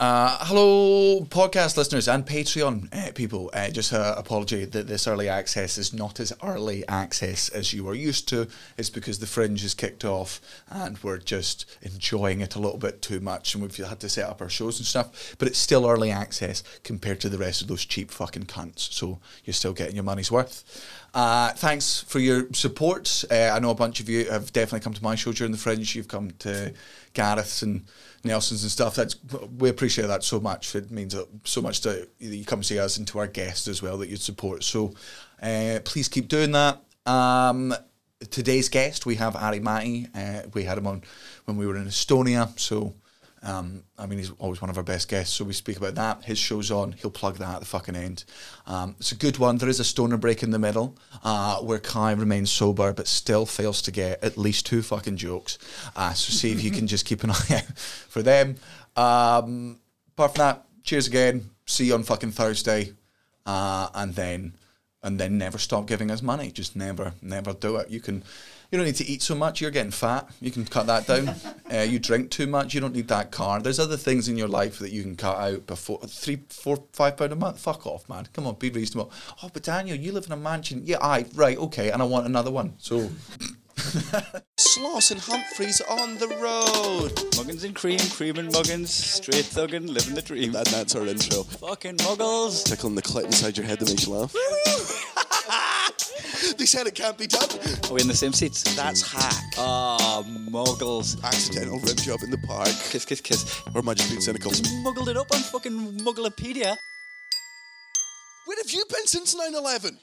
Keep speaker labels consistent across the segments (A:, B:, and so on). A: Uh, hello, podcast listeners and Patreon uh, people. Uh, just uh, apology that this early access is not as early access as you are used to. It's because the fringe is kicked off and we're just enjoying it a little bit too much and we've had to set up our shows and stuff. But it's still early access compared to the rest of those cheap fucking cunts. So you're still getting your money's worth. Uh, thanks for your support. Uh, I know a bunch of you have definitely come to my show during the fringe. You've come to Gareth's and Nelson's and stuff. That's we appreciate that so much. It means that so much to that you come see us and to our guests as well that you support. So uh, please keep doing that. Um, today's guest we have Ari Mati. Uh, we had him on when we were in Estonia. So um, I mean, he's always one of our best guests, so we speak about that. His show's on; he'll plug that at the fucking end. Um, it's a good one. There is a stoner break in the middle uh, where Kai remains sober but still fails to get at least two fucking jokes. Uh, so see if you can just keep an eye out for them. Um, apart from that, cheers again. See you on fucking Thursday, uh, and then and then never stop giving us money. Just never, never do it. You can, you don't need to eat so much. You're getting fat. You can cut that down. uh, you drink too much. You don't need that car. There's other things in your life that you can cut out before three, four, five pound a month. Fuck off, man. Come on, be reasonable. Oh, but Daniel, you live in a mansion. Yeah, I right, okay, and I want another one. So. Sloss and Humphreys on the road.
B: Muggins and cream, cream and muggins, straight thuggin', living the dream.
C: And that's our intro.
B: Fucking muggles.
C: Tickling the clit inside your head that makes you laugh. they said it can't be done.
B: Are we in the same seats?
C: That's hack.
B: Ah, muggles.
C: Accidental rim job in the park.
B: Kiss, kiss, kiss.
C: Or am I just being cynical?
B: Muggled it up on fucking Mugglepedia.
C: Where have you been since 9 11?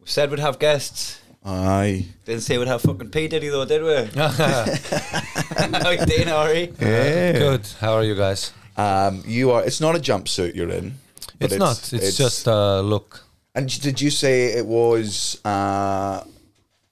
D: We said we'd have guests.
A: Aye.
D: Didn't say we'd have fucking P Diddy though, did we? Like Dean Ari.
E: Good. How are you guys?
A: Um, you are. It's not a jumpsuit you're in. but
E: It's, not. It's, just a look.
A: And j- did you say it was uh,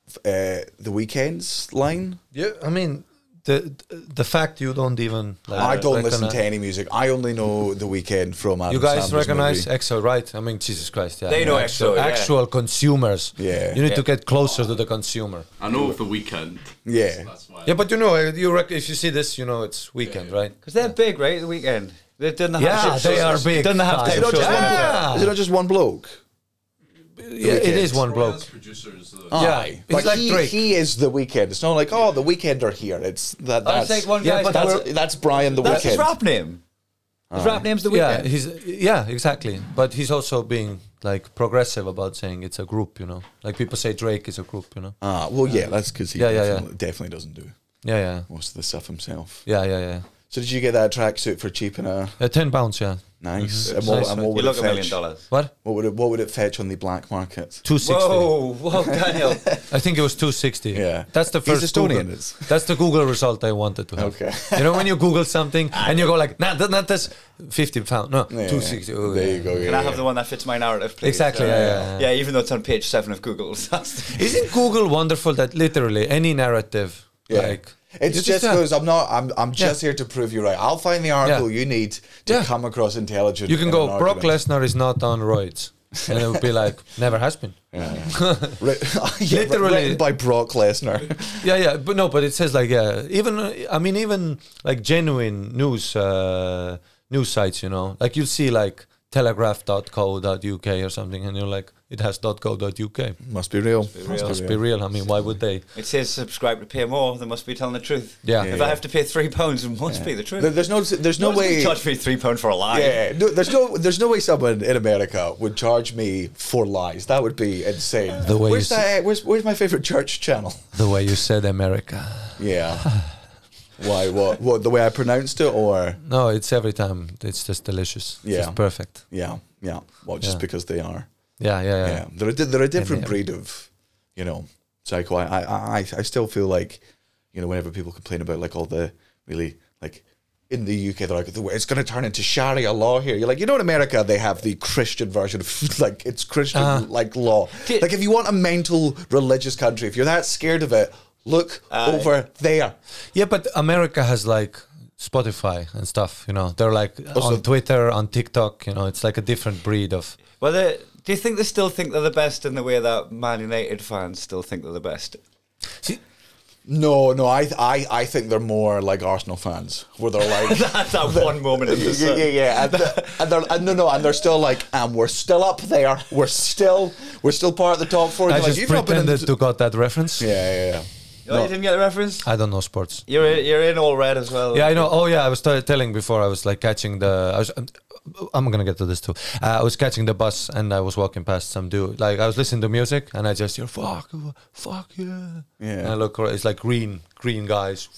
A: f- uh, the weekends line?
E: Yeah, I mean the the fact you don't even. Like,
A: I don't listen
E: recogni-
A: to any music. I only know the weekend from Adam
E: You guys
A: Sandler's
E: recognize
A: movie.
E: EXO, right? I mean, Jesus Christ, yeah.
D: They know EXO,
E: actual,
D: yeah.
E: Actual consumers.
A: Yeah.
E: You need to get closer to the consumer.
F: I know of the weekend.
A: Yeah.
E: Yeah, but you know, uh, you rec- if you see this, you know it's weekend, right?
D: Because they're big, right? The weekend. They've done the
E: Yeah,
D: half
E: they are big.
D: Done the half
A: Is it
D: time
A: not
D: show.
A: just one
E: Yeah.
A: bloke? Is it not just one bloke?
E: Yeah, it is one bloke.
F: Producers, uh, though.
E: Yeah,
A: Aye.
E: it's
A: but
E: like
A: he,
E: Drake.
A: he is the weekend. It's not like oh the weekend are here. It's that.
D: Oh, it's
A: That's
D: like one
A: yeah,
D: guy's
A: but that's,
D: power-
A: that's Brian the
D: That's his
A: weekend.
D: rap name. His rap name's The
E: Yeah,
D: Weekend.
E: he's yeah, exactly. But he's also being like progressive about saying it's a group, you know. Like people say Drake is a group, you know.
A: Ah, well, yeah, that's because he
E: Yeah, yeah, yeah.
A: definitely, definitely doesn't do
E: Yeah, yeah,
A: most of the stuff himself.
E: yeah, yeah, yeah.
A: So did you get that tracksuit for cheap and a
E: Uh, Ten pounds, yeah.
A: nice? And what,
E: Mm-hmm. Nice,
A: and
E: right.
A: what
D: You
A: would
D: look
A: it
D: a
A: fetch?
D: million dollars.
E: What?
A: What would it What would it fetch on the black market?
E: Two sixty.
D: Whoa, whoa, Daniel.
E: I think it was two sixty.
A: Yeah.
E: that's the
A: He's
E: first.
A: Estonian,
E: Google.
A: it's-
E: That's the Google result I wanted to have.
A: Okay.
E: you know when you Google something and you go like, nah, th- not this fifty pound, no, two sixty. Oh,
A: there
E: yeah.
A: you go. Yeah,
D: Can I
A: yeah.
D: have the one that fits my narrative, please? Uh,
E: Exactly, yeah, yeah, yeah.
D: yeah. even though it's on page seven of Google. That's
E: Isn't Google wonderful? That literally any narrative,
A: Yeah.
E: like
A: it's
E: you
A: just
E: have-
A: because I'm not. I'm. I'm just here to prove you right. I'll find the article you need to
E: Yeah.
A: come across intelligent.
E: You can
A: in
E: go,
A: an
E: Brock
A: argument.
E: Lesnar is not on roids. And it would be like, never has been. Yeah,
A: Writ- yeah, writ-
E: Literally.
A: written by Brock Lesnar.
E: yeah, but no, but it says like, yeah, even, uh, I mean, even like genuine news, uh, news sites, you know, like you'll see like telegraph.co.uk or something, and you're like, it has .co.uk.
A: Must be real.
E: Must be real. I mean, why would they?
D: It says subscribe to pay more. They must be telling the truth.
E: Yeah.
D: If
E: Yeah.
D: I have to pay three pounds, it must be the truth.
A: There- There's no. There's no
D: Someone's gonna
A: way.
D: Charge me three pound for a lie.
A: Yeah, no, there's no, there's no way someone in America would charge me for lies. That would be insane.
E: The way
A: where's
E: you s-
A: that? Where's, where's my favorite church channel?
E: The way you said America.
A: Yeah. Why? What? What? The way I pronounced it, or
E: No, it's every time. It's just delicious. It's
A: Yeah.
E: just perfect.
A: yeah, yeah. Well, just
E: Yeah.
A: because they are.
E: Yeah, yeah, yeah.
A: yeah, they're a, Um, di- they're a different
E: yeah.
A: breed of, you know, psycho. I, I, I, I still feel like, you know, whenever people complain about like all the really like in the UK, they're like, it's going to turn into Sharia law here. You're like, you know, in America they have the Christian version of like it's Christian like law.
D: Did-
A: like if you want a mental religious country, if you're that scared of it, look over there.
E: Yeah, but America has like Spotify and stuff. You know, they're like
A: Also-
E: on Twitter, on TikTok. You know, it's like a different breed of.
D: Well, they- do you think they still think they're the best in the way that Man United fans still think they're the best?
E: See,
A: No, no, I, I, I think they're more like Arsenal fans, where they're like,
D: That's that one moment in the Oh,
A: yeah, yeah, yeah, and, the- and they're and no, no, and they're still like, and we're still up there, we're still, we're still part of the top four.
E: I
A: You're like,
E: just
A: "You've not been in
E: pretended
A: the-
E: to got that reference.
A: Yeah, yeah, yeah.
D: Oh, you didn't get the reference?
E: I don't know sports.
D: You're in, you're in all red as well.
E: Yeah, I know. Oh, yeah. I was t- telling before. I was like catching the. I was, I'm gonna get to this too. Uh, I was catching the bus and I was walking past some dude. Like I was listening to music and I just hear fuck, fuck yeah.
A: Yeah.
E: And I look, ar- it's like green, green guys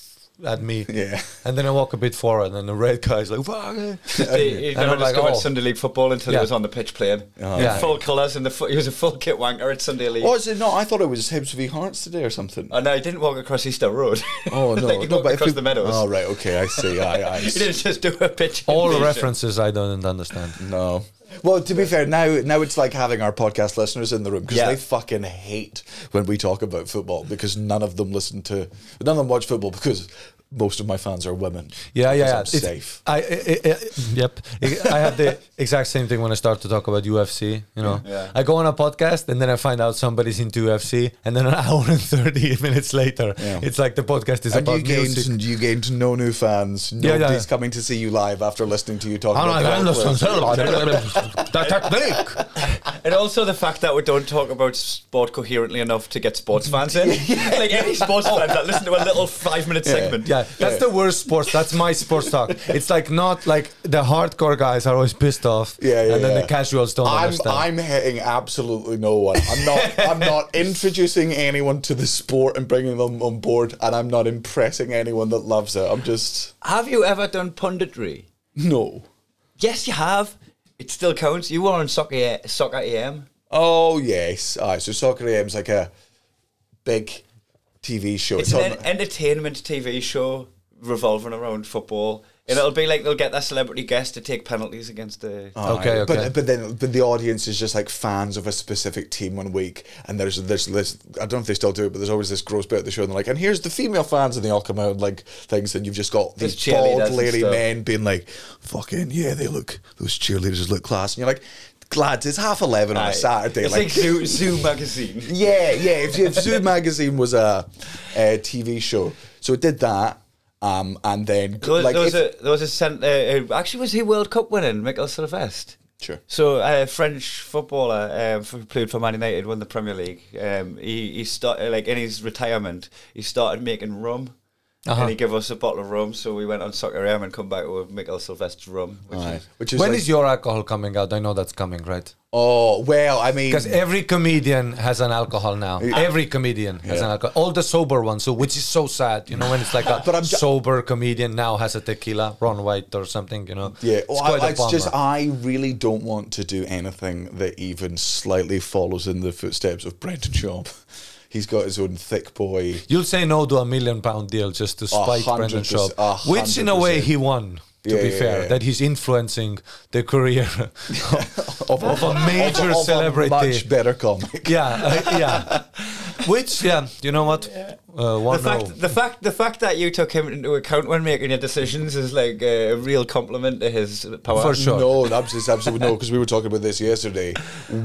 E: at me.
A: Yeah.
E: And then I walk a bit forward and the red guy's like fuck. yeah."
D: He, he
E: And
D: never
E: I'm like,
D: discovered
E: oh.
D: Sunday League football until
E: Yeah.
D: he was on the pitch playing.
A: Uh-huh.
E: yeah.
D: In full colours, and the fu- he was a full kit wanker at Sunday League.
A: Oh, is it not? I thought it was Hibs v Hearts today or something.
D: Oh no, he didn't walk across Easter Road.
A: Oh no,
D: like he
A: no,
D: walked
A: but if
D: across
A: we-
D: the meadows.
A: Oh right, okay, I see. I, I
D: He didn't just do a pitch.
E: All
D: invasion.
E: references I don't understand.
A: no. Well, to be fair, now now it's like having our podcast listeners in the room because
D: Yeah.
A: they fucking hate when we talk about football because none of them listen to, none of them watch football because most of my fans are women.
E: Yeah, yeah,
A: Because
E: yeah.
A: I'm
E: It's-
A: safe.
E: I, I, I, I- yep. I, I have the exact same thing when I start to talk about UFC. You know,
D: Yeah.
E: I go on a podcast and then I find out somebody's into UFC, and then an hour and thirty minutes later,
A: Yeah.
E: it's like the podcast is
A: And you
E: about
A: gained
E: music.
A: you gained no new fans.
E: Yeah, yeah,
A: Nobody's
E: yeah.
A: coming to see you live after listening to you talk
E: Ah, I'm
A: about
E: like, I'm
A: the
E: not
A: Clippers.
E: concerned about it. The technique.
D: And also the fact that we don't talk about sport coherently enough to get sports fans in. like any sports fans that listen to a little five minute segment.
E: Yeah, that's the worst sports. That's my sports talk. It's like not like the hardcore guys are always pissed off.
A: Yeah, yeah,
E: And then
A: yeah.
E: the casuals don't
A: I'm
E: understand.
A: I'm hitting absolutely no one. I'm not I'm not introducing anyone to the sport and bringing them on board, and I'm not impressing anyone that loves it. I'm just
D: Have you ever done punditry?
A: no.
D: Yes, you have. It still counts. You were on soccer, soccer AM.
A: Oh yes, aye. So soccer AM's like a big TV show.
D: It's an
A: on-
D: en- entertainment TV show revolving around football. And it'll be like they'll get their celebrity guest to take penalties against the.
A: Oh,
E: okay, okay.
A: But but then but the audience is just like fans of a specific team one week, and there's there's this I don't know if they still do it, but there's always this gross bit of the show, and they're like, and here's the female fans, and they all come out and like things, and you've just got these
D: There's cheerleaders
A: bald
D: and
A: lady
D: stuff.
A: men being like, fucking yeah, they look those cheerleaders look class, and you're like, lads, it's half eleven on
D: Aye.
A: a Saturday,
D: It's like, Zoo, Zoo magazine.
A: yeah, yeah. If, if Zoo magazine was a, a TV show, so it did that, um, and then
D: There was,
A: like
D: there was
A: if-
D: a there was a cent, uh, uh, actually was he World Cup winning Michael Sylvestre.
A: Sure.
D: So a French footballer um, f- who played for Man United, won the Premier League. Um, he he started like in his retirement, he started making rum.
A: Uh-huh.
D: And he gave us a bottle of rum, so we went on soccer AM and come back with Michael Sylvestre's rum. Which
A: Aye.
D: is,
A: Which is
E: when
A: like,
E: is your alcohol coming out? I know that's coming, right?
A: oh well, I mean,
E: Because every comedian has an alcohol now. Every comedian has an alcohol. All the sober ones, so which is so sad, you know, when it's like a
A: But I'm ju-
E: sober comedian now has a tequila, Ron White or something, you know.
A: Yeah,
E: it's
A: well,
E: quite
A: I,
E: a
A: it's just uh,
E: bummer.
A: I really don't want to do anything that even slightly follows in the footsteps of Brendan Schaub. He's got his own thick boy.
E: You'll say no to a million pound deal just to spite
A: hundred
E: Brendan
A: perc-
E: Schaub,
A: a
E: which in a
A: hundred
E: way
A: percent.
E: he won. To
A: Yeah,
E: be
A: yeah,
E: fair,
A: yeah.
E: that he's influencing the career of, of a major
A: Of a
E: celebrity.
A: much better comic.
E: yeah, uh, yeah. Which, yeah, you know what? Uh,
D: the
A: Oh,
E: one
D: fact
E: no.
D: the fact the fact that you took him into account when making your decisions is like a real compliment to his power.
E: For sure.
A: No, absolutely, absolutely no. Because we were talking about this yesterday.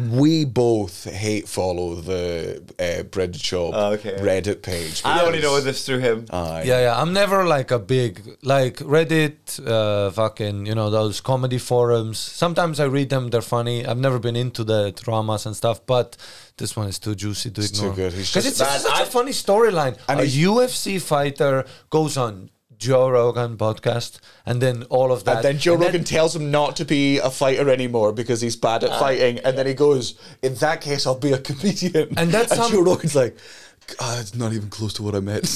A: We both hate follow the uh, Brendan Schaub
D: Oh, okay.
A: Reddit page.
D: I only
A: because-
D: know this through him.
A: Aye.
E: Yeah, yeah. I'm never like a big like Reddit, uh, fucking you know those comedy forums. Sometimes I read them; they're funny. I've never been into the dramas and stuff, but this one is too juicy to
A: too
E: ignore.
A: good. He's
E: Because
A: just-
E: it's just
A: Man,
E: such a funny storyline.
A: And
E: A
A: he's-
E: UFC fighter goes on Joe Rogan podcast, and then all of that.
A: And then Joe
E: and
A: Rogan tells him not to be a fighter anymore because he's bad
E: Uh,
A: at fighting. And then he goes, "In that case, I'll be a comedian."
E: And that's some-
A: Joe Rogan's like, "Ah, "It's not even close to what I meant."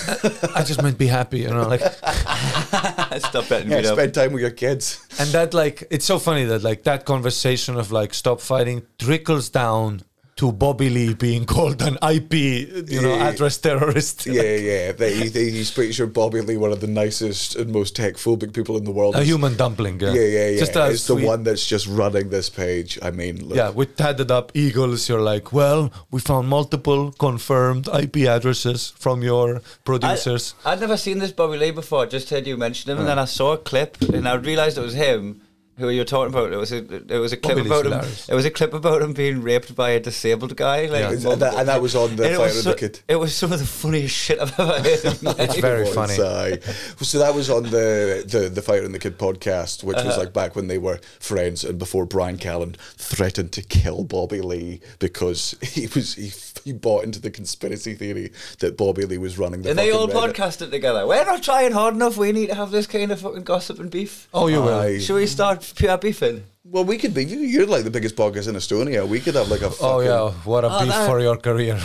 E: I just meant be happy, you know, like.
D: Stop betting
A: yeah,
D: me up.
A: spend time with your kids.
E: and that like it's so funny that like that conversation of like stop fighting trickles down to Bobby Lee being called an IP, you know,
A: Yeah.
E: address terrorist.
A: yeah, yeah. They, he- he's pretty sure Bobby Lee, one of the nicest and most tech phobic people in the world.
E: A
A: is-
E: human dumpling. Yeah,
A: Yeah, yeah, yeah.
E: Just a
A: it's
E: sweet-
A: the one that's just running this page. I mean, look,
E: Yeah, with tatted up eagles, you're like, well, we found multiple confirmed IP addresses from your producers.
D: I, would never seen this Bobby Lee before. I just heard you mention him, and then I saw a clip, and I realised it was him. who you're talking about. It was a it was a clip
E: Bobby Lee's
D: about him.
E: hilarious.
D: It was a clip about him being raped by a disabled guy. Like
E: Yeah.
A: And that, and that was on the
D: And it
A: Flight
D: was
A: of
D: so-
A: the Kid.
D: It was some of the funniest shit I've ever heard. in my
E: It's
D: life.
E: very
A: was,
E: funny.
A: aye. So that was on the the the Fire and the Kid podcast, which
E: Uh-huh.
A: was like back when they were friends and before Brian Callen threatened to kill Bobby Lee because he was he, he bought into the conspiracy theory that Bobby Lee was running the
D: And they
A: fucking
D: all
A: Reddit.
D: podcasted together. We're not trying hard enough. We need to have this kind of fucking gossip and beef.
E: Oh, you will.
A: Aye.
D: Should we start pure beefing?
A: Well, we could be. you- You're like the biggest podcast in Estonia. We could have like a. Fucking,
E: Oh yeah, what a beef
D: that-
E: for your career.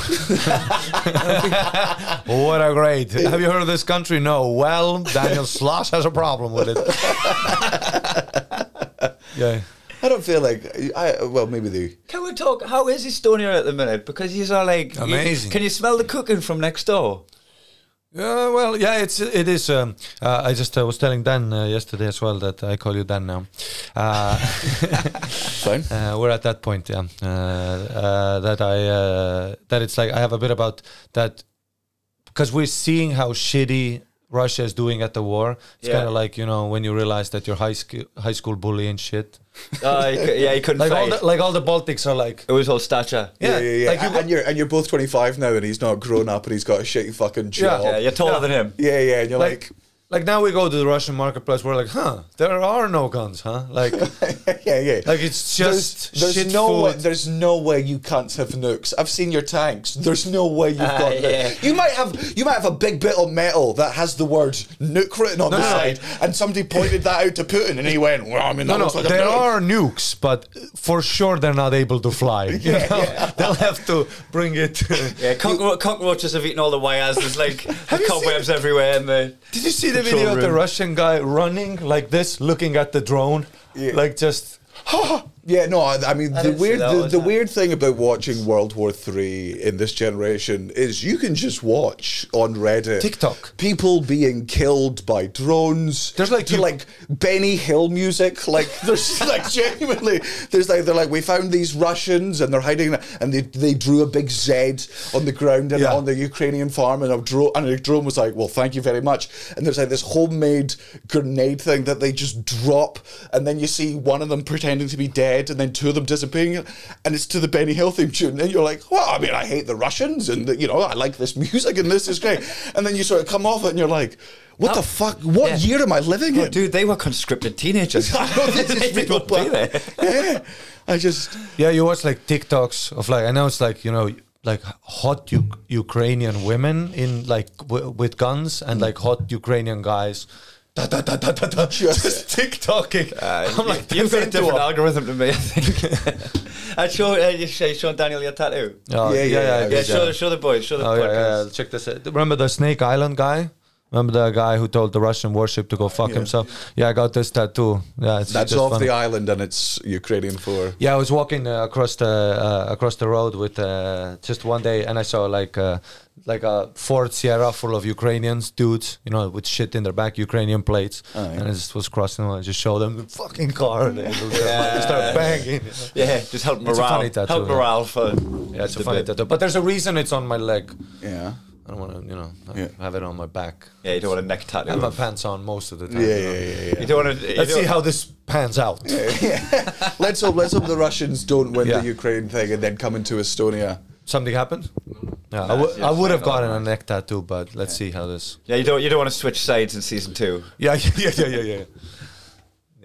E: what a great. Have you heard of this country? No. Well, Daniel Sloss has a problem with it. yeah.
A: I don't feel like I. Well, maybe they.
D: Can we talk? How is Estonia at the minute? Because you are like you-
E: Amazing.
D: can you smell the cooking from next door?
E: Yeah, Uh, well, yeah, it's it is. Um, uh, I just uh, was telling Dan uh, yesterday as well that I call you Dan now. Uh,
A: Fine.
E: uh, we're at that point, yeah. Uh, uh, that I uh, that it's like I have a bit about that because we're seeing how shitty Russia is doing at the war. It's
D: Yeah.
E: kind of like you know when you realize that your high school high school bully and shit.
D: Uh, you cou- yeah, you couldn't
E: Like all
D: fight.
E: the, like all the Baltics are like
D: it was all stature.
A: Yeah, yeah, yeah.
E: like you-
A: and you're and you're both 25 now, and he's not grown up, and he's got a shitty fucking job.
D: Yeah,
A: Yeah,
D: you're taller than him.
A: yeah. and you're
E: like. Like now we go to the Russian marketplace, we're like, huh, there are no guns, huh? Like,
A: like yeah, yeah.
E: like it's just
A: there's
E: shit
A: no
E: food.
A: way there's no way you can't have nukes. I've seen your tanks. There's no way you've
D: Ah,
A: got
D: yeah.
A: nukes. You might have you might have a big bit of metal that has the word nuke written on the
E: no, no.
A: side, and somebody pointed that out to Putin, and he went, "Well, I mean, that
E: No, no,
A: looks like
E: there
A: a nuke."
E: are nukes, but for sure they're not able to fly. You know? They'll have to bring it.
D: Yeah, cockro- cockroaches have eaten all the wires. There's like
E: you
D: cobwebs everywhere. And the
E: Did you see the
D: Control
E: video of the
D: room.
E: Russian guy running like this, looking at the drone?
A: Yeah.
E: Like just.
A: Yeah, no, I, I mean
D: I
A: the
D: didn't see
A: weird
D: that
A: the,
D: one,
A: the
D: no.
A: weird thing about watching World War Three in this generation is you can just watch on Reddit
E: TikTok.
A: people being killed by drones.
E: There's like
A: to
E: you-
A: like Benny Hill music. Like there's like genuinely there's like they're like we found these Russians and they're hiding and they they drew a big Z on the ground and
E: Yeah.
A: on the Ukrainian farm and a drone and a drone was like well thank you very much and there's like this homemade grenade thing that they just drop and then you see one of them pretending to be dead and then two of them disappearing and it's to the Benny Hill theme tune and you're like well I mean I hate the Russians and you know I like this music and this is great and then you sort of come off it and you're like. What the fuck? What
D: Oh, yeah.
A: year am I living in?
D: dude, they were conscripted teenagers.
A: I know this
D: They
A: is real,
D: would be
A: but-
D: there.
A: yeah, I just
E: Yeah, you watch like TikToks of like, I know it's like, you know, like hot U- Ukrainian women in like w- with guns and like hot Ukrainian guys. Da, da, da, da, da, da,
A: Just-
E: just TikToking. I'm like,
D: you've got a
E: "That's into
D: different
E: a-
D: algorithm to me, I think. I show, uh, you show Sean Daniel your tattoo.
E: Oh,
A: Yeah,
E: yeah,
A: yeah,
E: yeah,
A: yeah,
E: I
D: Yeah,
E: did
D: show,
E: that.
D: show the boys, show the
E: Oh yeah, yeah,
D: podcast.
E: yeah, check this. out. Remember the Snake Island guy? Remember the guy who told the Russian warship to go fuck himself? Yeah, I got this tattoo. Yeah, it's
A: that's
E: just
A: off
E: funny.
A: the island and it's Ukrainian for
E: Yeah, I was walking uh, across the uh, across the road with uh, just one day, and I saw like uh, like a Ford Sierra full of Ukrainians dudes, you know, with shit in their back, Ukrainian plates, and I just was crossing, and I just showed them the fucking car, and they start banging.
D: Yeah, just help
E: a
D: morale.
E: funny tattoo,
D: help
E: yeah.
D: morale for.
E: Yeah, it's a funny tattoo, but there's a reason it's on my leg.
A: yeah.
E: I don't want to, you know,
A: Yeah.
E: have it on my back.
D: Yeah, you don't want a neck tattoo.
E: I have my pants on most of the time.
A: Yeah,
E: you know.
A: yeah, yeah, yeah.
D: you don't want to. you
E: Let's
D: don't-
E: see how this pans out.
A: Let's hope. Let's hope the Russians don't win
E: Yeah.
A: the Ukraine thing and then come into Estonia.
E: Something happened? Yeah, I
D: Yes, yes,
E: would have
D: I
E: gotten a neck tattoo, but let's see how this.
D: Yeah, you don't. You don't want to switch sides in season two.
E: Yeah, yeah, yeah, yeah, yeah, yeah.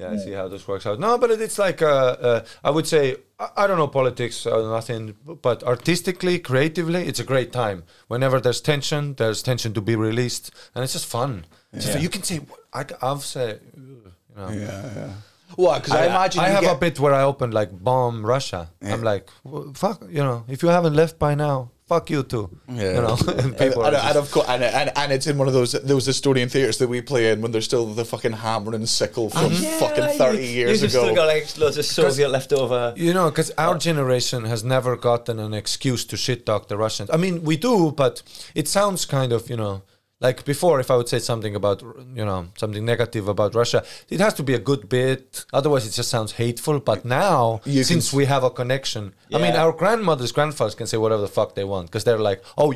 E: Yeah, I see how this works out. No, but it, it's like uh, uh, I would say I, I don't know politics or nothing, but artistically, creatively, it's a great time. Whenever there's tension, there's tension to be released, and it's just fun. Just, you can say I, I've said. You know.
A: Yeah, yeah. Well, because I, imagine
E: I
A: you
E: have
A: get-
E: a bit where I open like bomb Russia. I'm like, "Well, fuck, you know, if you haven't left by now, fuck you too. You know, and
A: And,
E: people
A: and,
E: are
A: and
E: just,
A: of course, and, and, and it's in one of those those Estonian theatres that we play in when there's still the fucking hammer and sickle from
E: Ah,
A: fucking thirty years
D: You've still
A: ago.
D: got like loads of Soviet left over.
E: you know, because our generation has never gotten an excuse to shit talk the Russians. I mean, we do, but it sounds kind of, you know, like before. If I would say something about, you know, something negative about Russia, it has to be a good bit. Otherwise, it just sounds hateful. But now,
A: You can
E: since
A: s-
E: we have a connection, I mean,
D: Yeah.
E: our grandmothers, grandfathers can say whatever the fuck they want because they're like, oh.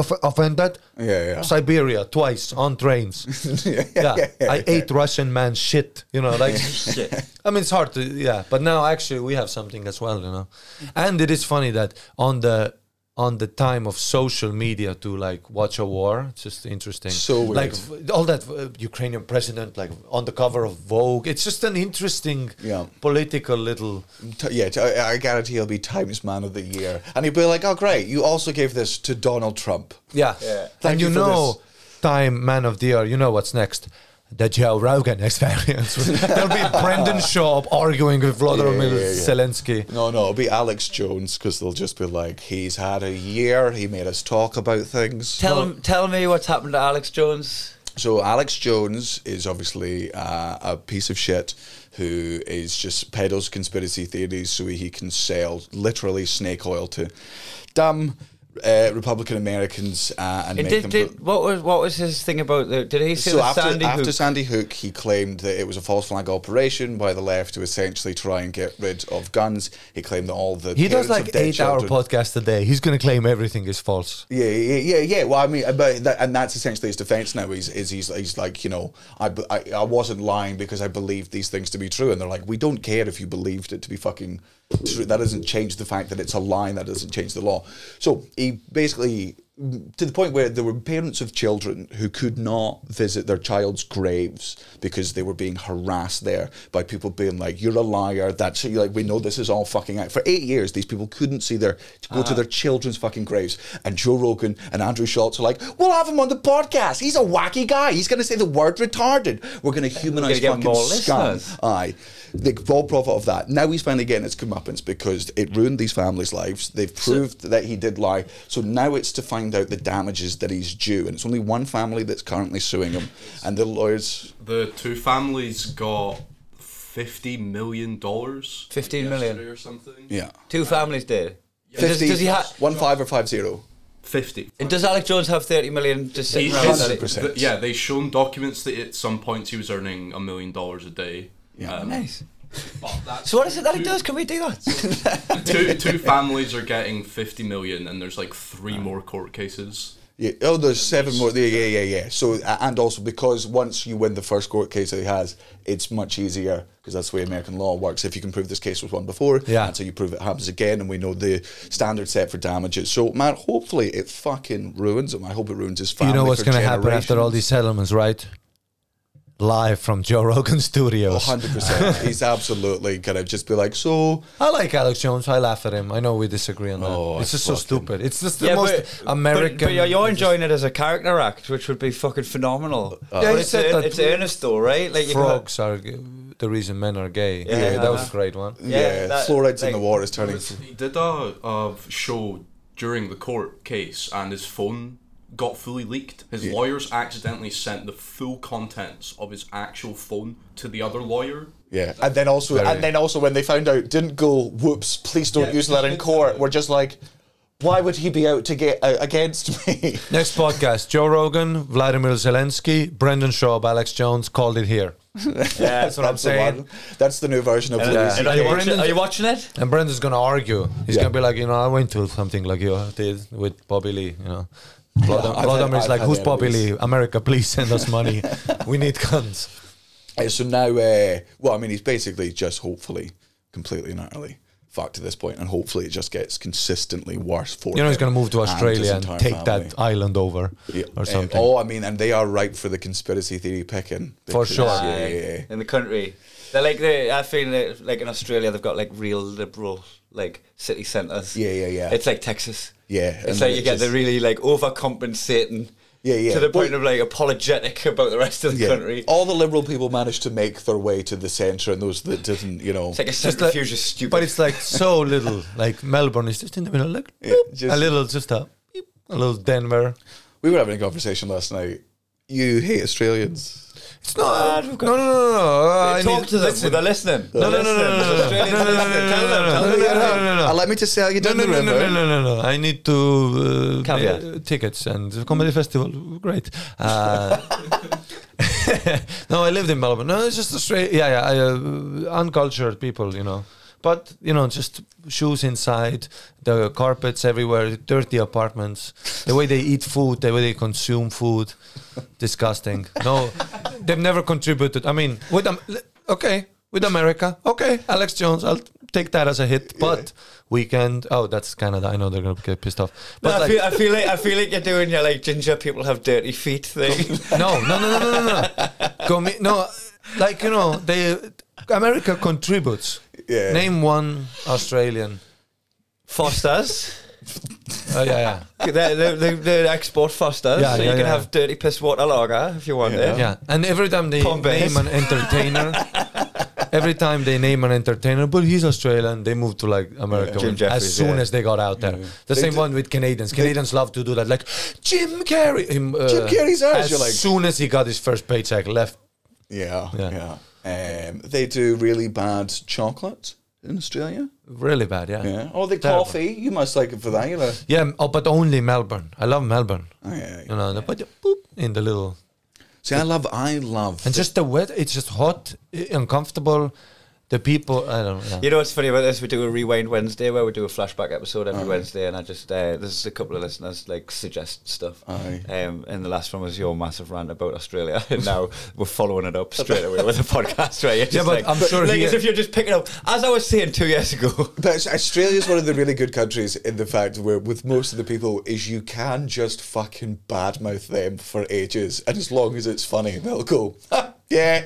E: off- offended.
A: Yeah, yeah.
E: Siberia twice on trains.
A: yeah,
E: yeah, I ate Russian man shit. You know, like I mean, it's hard to yeah. But now actually we have something as well. You know, and it is funny that on the on the time of social media to like watch a war, it's just interesting.
A: So weird.
E: like v- all that uh, Ukrainian president like on the cover of Vogue. It's just an interesting
A: Yeah.
E: political little.
A: T- yeah, t- I I guarantee he'll be Times Man of the Year, and he'll be like, "Oh, great! You also gave this to Donald Trump."
E: Yeah.
D: Yeah.
E: And
A: Thank
E: you,
A: you for
E: know, Time Man of the Year, you know what's next. The Joe Rogan experience. There'll be Brendan Schaub arguing with Vladimir
A: Yeah, yeah, yeah.
E: Zelensky.
A: No, no, it'll be Alex Jones because they'll just be like, "He's had a year. He made us talk about things."
D: Tell tell me what's happened to Alex Jones.
A: So Alex Jones is obviously uh, a piece of shit who is just peddles conspiracy theories so he can sell literally snake oil to dumb uh, Republican Americans uh, and
D: It
A: make
D: did,
A: them.
D: did, what was what was his thing about the? Did he say
A: so
D: the
A: after
D: Sandy
A: after
D: Hook?
A: Sandy Hook, he claimed that it was a false flag operation by the left to essentially try and get rid of guns. He claimed that all the
E: He does
A: parents of
E: like
A: dead
E: eight hour
A: children-
E: podcast a day. He's going to claim everything is false.
A: Yeah, yeah, yeah, yeah. Well, I mean, uh, but that, and that's essentially his defense now. Is is he's he's like you know, I, be- I I wasn't lying because I believed these things to be true, and they're like, we don't care if you believed it to be fucking true. That doesn't change the fact that it's a lie. and That doesn't change the law. So he basically to the point where there were parents of children who could not visit their child's graves because they were being harassed there by people being like, "You're a liar." That's you like we know this is all fucking out. For eight years, these people couldn't see their go
D: Ah.
A: to their children's fucking graves, and Joe Rogan and Andrew Schultz are like, "We'll have him on the podcast. He's a wacky guy. He's going to say the word retarded. We're going to humanize
D: We're gonna
A: fucking
D: get more
A: scum."
D: listeners.
A: Aye, the full profit of that. Now he's finally getting his comeuppance because it ruined these families' lives. They've proved that he did lie. So now it's to find out the damages that he's due, and it's only one family that's currently suing him, and the lawyers.
F: The two families got fifty million dollars.
D: Fifteen
F: yesterday
D: million.
F: or something.
A: Yeah,
D: Two families did. And Does,
A: fifty.
D: does he ha-
A: one five or five zero?
F: Fifty.
D: and does Alex Jones have thirty million just sitting
F: He's-
D: around?
F: he's-
D: that he-
A: 100%.
F: th- yeah, they've shown documents that at some points he was earning a million dollars a day. Uh,
A: Yeah.
D: Nice.
F: But that's
D: So what is it that he does? Can we do that?
F: two two families are getting fifty million, and there's like three more court cases.
A: Yeah. Oh, there's seven more. Yeah, yeah, yeah, yeah. So, a- and also because once you win the first court case that he has, it's much easier because that's the way American law works. If you can prove this case was won before,
E: Yeah.
A: and so you prove it happens again, and we know the standard set for damages. So, man, hopefully it fucking ruins him. I hope it ruins his family.
E: you know what's
A: going to
E: happen after all these settlements, right? Live from Joe Rogan Studios.
A: Hundred percent. He's absolutely going to just be like, so
E: I like Alex Jones. I laugh at him. I know we disagree on that.
A: Oh,
E: it's
A: I
E: just so
A: fucking-
E: stupid. It's just the most American.
D: But, but you're enjoying it as a character act, which would be fucking phenomenal.
E: Yeah,
D: But
E: he
D: it's,
E: said
D: ear-
E: that-
D: it's earnest though, right? Like you can-
E: frogs are g- the reason men are gay. Yeah,
D: Yeah,
E: that
D: I
A: uh-huh.
E: was
D: know.
E: a great one.
A: yeah,
D: that-
A: fluoride's in
D: like-
A: the water is turning.
F: He did a, a show during the court case, and his phone got fully leaked. His lawyers accidentally sent the full contents of his actual phone to the other lawyer.
A: Yeah, and then also, and then also when they found out, didn't go. Whoops! Please don't use that in court. We're just like, why would he be out to get uh, against me?
E: Next podcast: Joe Rogan, Vladimir Zelensky, Brendan Schaub, Alex Jones. Called it here.
D: Yeah.
E: That's what I'm
A: The
E: saying. uh,
A: one. That's the new version of
D: And-
A: Louis
D: and are, you
A: CK.
D: watching, are you watching it?
E: And Brendan's gonna argue. He's
A: Yeah.
E: gonna be like, you know, I went to something like you did with Bobby Lee. You know, Vladimir
A: I've had-
E: Vladimir's
A: I've
E: like,
A: had
E: who's
A: enemies.
E: Bobby Lee? America, please send us money. we need guns.
A: Uh, so now, uh, well, I mean, he's basically just hopefully completely and utterly fucked to this point, and hopefully it just gets consistently worse for
E: You know, he's gonna move to
A: and his
E: Australia and,
A: entire
E: take
A: family.
E: that island over
A: Yeah,
E: or
A: uh,
E: something.
A: oh, I mean, and they are ripe for the conspiracy theory picking
E: For
A: because-
E: sure.
A: Yeah, yeah, yeah.
D: In the country, they're like they. I feel that, like in Australia, they've got like real liberal like city centres.
A: Yeah, yeah, yeah.
D: It's like Texas.
A: Yeah, and
D: It's like you
A: it
D: get the
A: just-
D: really like overcompensating.
A: Yeah, yeah.
D: To the
A: Well-
D: point of like apologetic about the rest of the
A: Yeah. Oh,
D: country.
A: All the liberal people managed to make their way to the centre, and those that didn't, you know,
D: It's like a
E: Just like-
D: centrifuge is stupid.
E: But it's like so little. Like Melbourne is just in the middle, like boop,
A: just-
E: a little, just a, beep, a little Denver.
A: we were having a conversation last night. You hate Australians.
E: It's
A: Ah,
E: not. no, no, no, no. Uh, I
D: talk
E: mean,
D: to them.
E: listen.
D: They're listening.
E: No, no, no, no, no, no, no, no, no, no, no, no, no, no, no, no, no.
A: Uh, let me just tell you
E: No,
A: down
E: no,
A: the
E: no,
A: river.
E: no, no, no, no, no. I need to uh,
D: Caveat.
E: uh, tickets and the comedy festival. Great. Uh, no, I lived in Melbourne. No, it's just Australia. Yeah, yeah. I, uh, uncultured people, you know. But you know, just shoes inside, the carpets everywhere, dirty apartments, the way they eat food, the way they consume food, disgusting. No, they've never contributed. I mean, with Am- okay, with America, okay, Alex Jones, I'll take that as a hit. But weekend, oh, that's Canada. I know they're gonna get pissed off. But
D: I,
E: like,
D: feel, I feel like I feel like you're doing your like ginger people have dirty feet thing.
E: no, no, no, no, no, no, no. Go me- no, like you know, they America contributes.
A: Yeah.
E: Name one Australian.
D: Fosters.
E: Oh yeah,
D: they, they, they, they export Fosters.
E: Yeah,
D: so
E: yeah,
D: you can
E: yeah.
D: have dirty piss water lager if you want
E: yeah,
D: it.
E: yeah. And every time they
D: Tom Bass.
E: name an entertainer, every time they name an entertainer, but he's Australian, they move to like America
D: Jim
E: when-
D: Jeffries,
E: as soon
D: yeah.
E: as they got out there. The
A: They
E: same
A: do-
E: one with Canadians. Canadians love to do that, like Jim Carrey. Him, uh,
A: Jim Carrey's Irish,
E: As
A: you're like-
E: soon as he got his first paycheck, left.
A: Yeah,
E: Yeah.
A: yeah. Um, they do really bad chocolate in Australia.
E: Really bad, yeah.
A: Yeah. Oh, the
E: Terrible.
A: coffee. You must like it for that. You know.
E: Yeah, oh, but only Melbourne. I love Melbourne.
A: Oh, yeah,
E: You know, but the boop in the little
A: See, I love. I love.
E: and just the weather. It's just hot, i- uncomfortable. The people, I don't know.
D: You know what's funny about this? We do a rewind Wednesday where we do a flashback episode
E: Uh-huh.
D: every Wednesday, and I just uh, there's a couple of listeners like suggest stuff.
A: Aye.
D: Um, and the last one was your massive rant about Australia, and now we're following it up straight away with a podcast. Right? You're just
E: but
D: like,
E: I'm sure
D: like
E: here-
D: as if you're just picking up. As I was saying two years ago,
A: But Australia is one of the really good countries in the fact where, with most of the people, is you can just fucking badmouth them for ages, and as long as it's funny, they'll go, "Ha, yeah.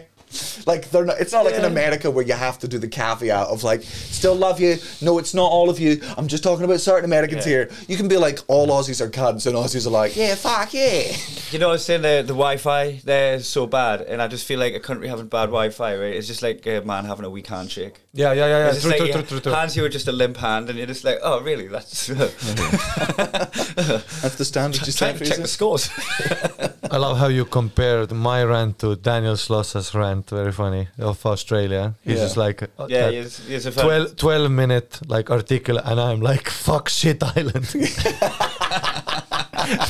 A: Like they're not. It's not like in America where you have to do the caveat of like, still love you. No, it's not all of you. I'm just talking about certain Americans here. You can be like, all Aussies are cunts, and Aussies are like, yeah, fuck yeah.
D: you know what I'm saying? The, the Wi-Fi there is so bad, and I just feel like a country having bad Wi-Fi. Right? It's just like a man having a weak handshake.
E: Yeah, yeah, yeah, yeah.
D: It's just
E: True,
D: like
E: true,
D: you-
E: true, true, true.
D: Hands you were just a limp hand, and you're just like, oh, really? That's
A: That's the standard. you
D: trying
A: set for
D: to check the
A: yourself.
D: scores.
E: I love how you compared my rant to Daniel Slosser's rant. Very funny of Australia. He's
A: Yeah.
E: just like uh,
D: yeah,
E: that
D: he's, he's a fan.
E: 12, 12 minute like article, and I'm like fuck shit island.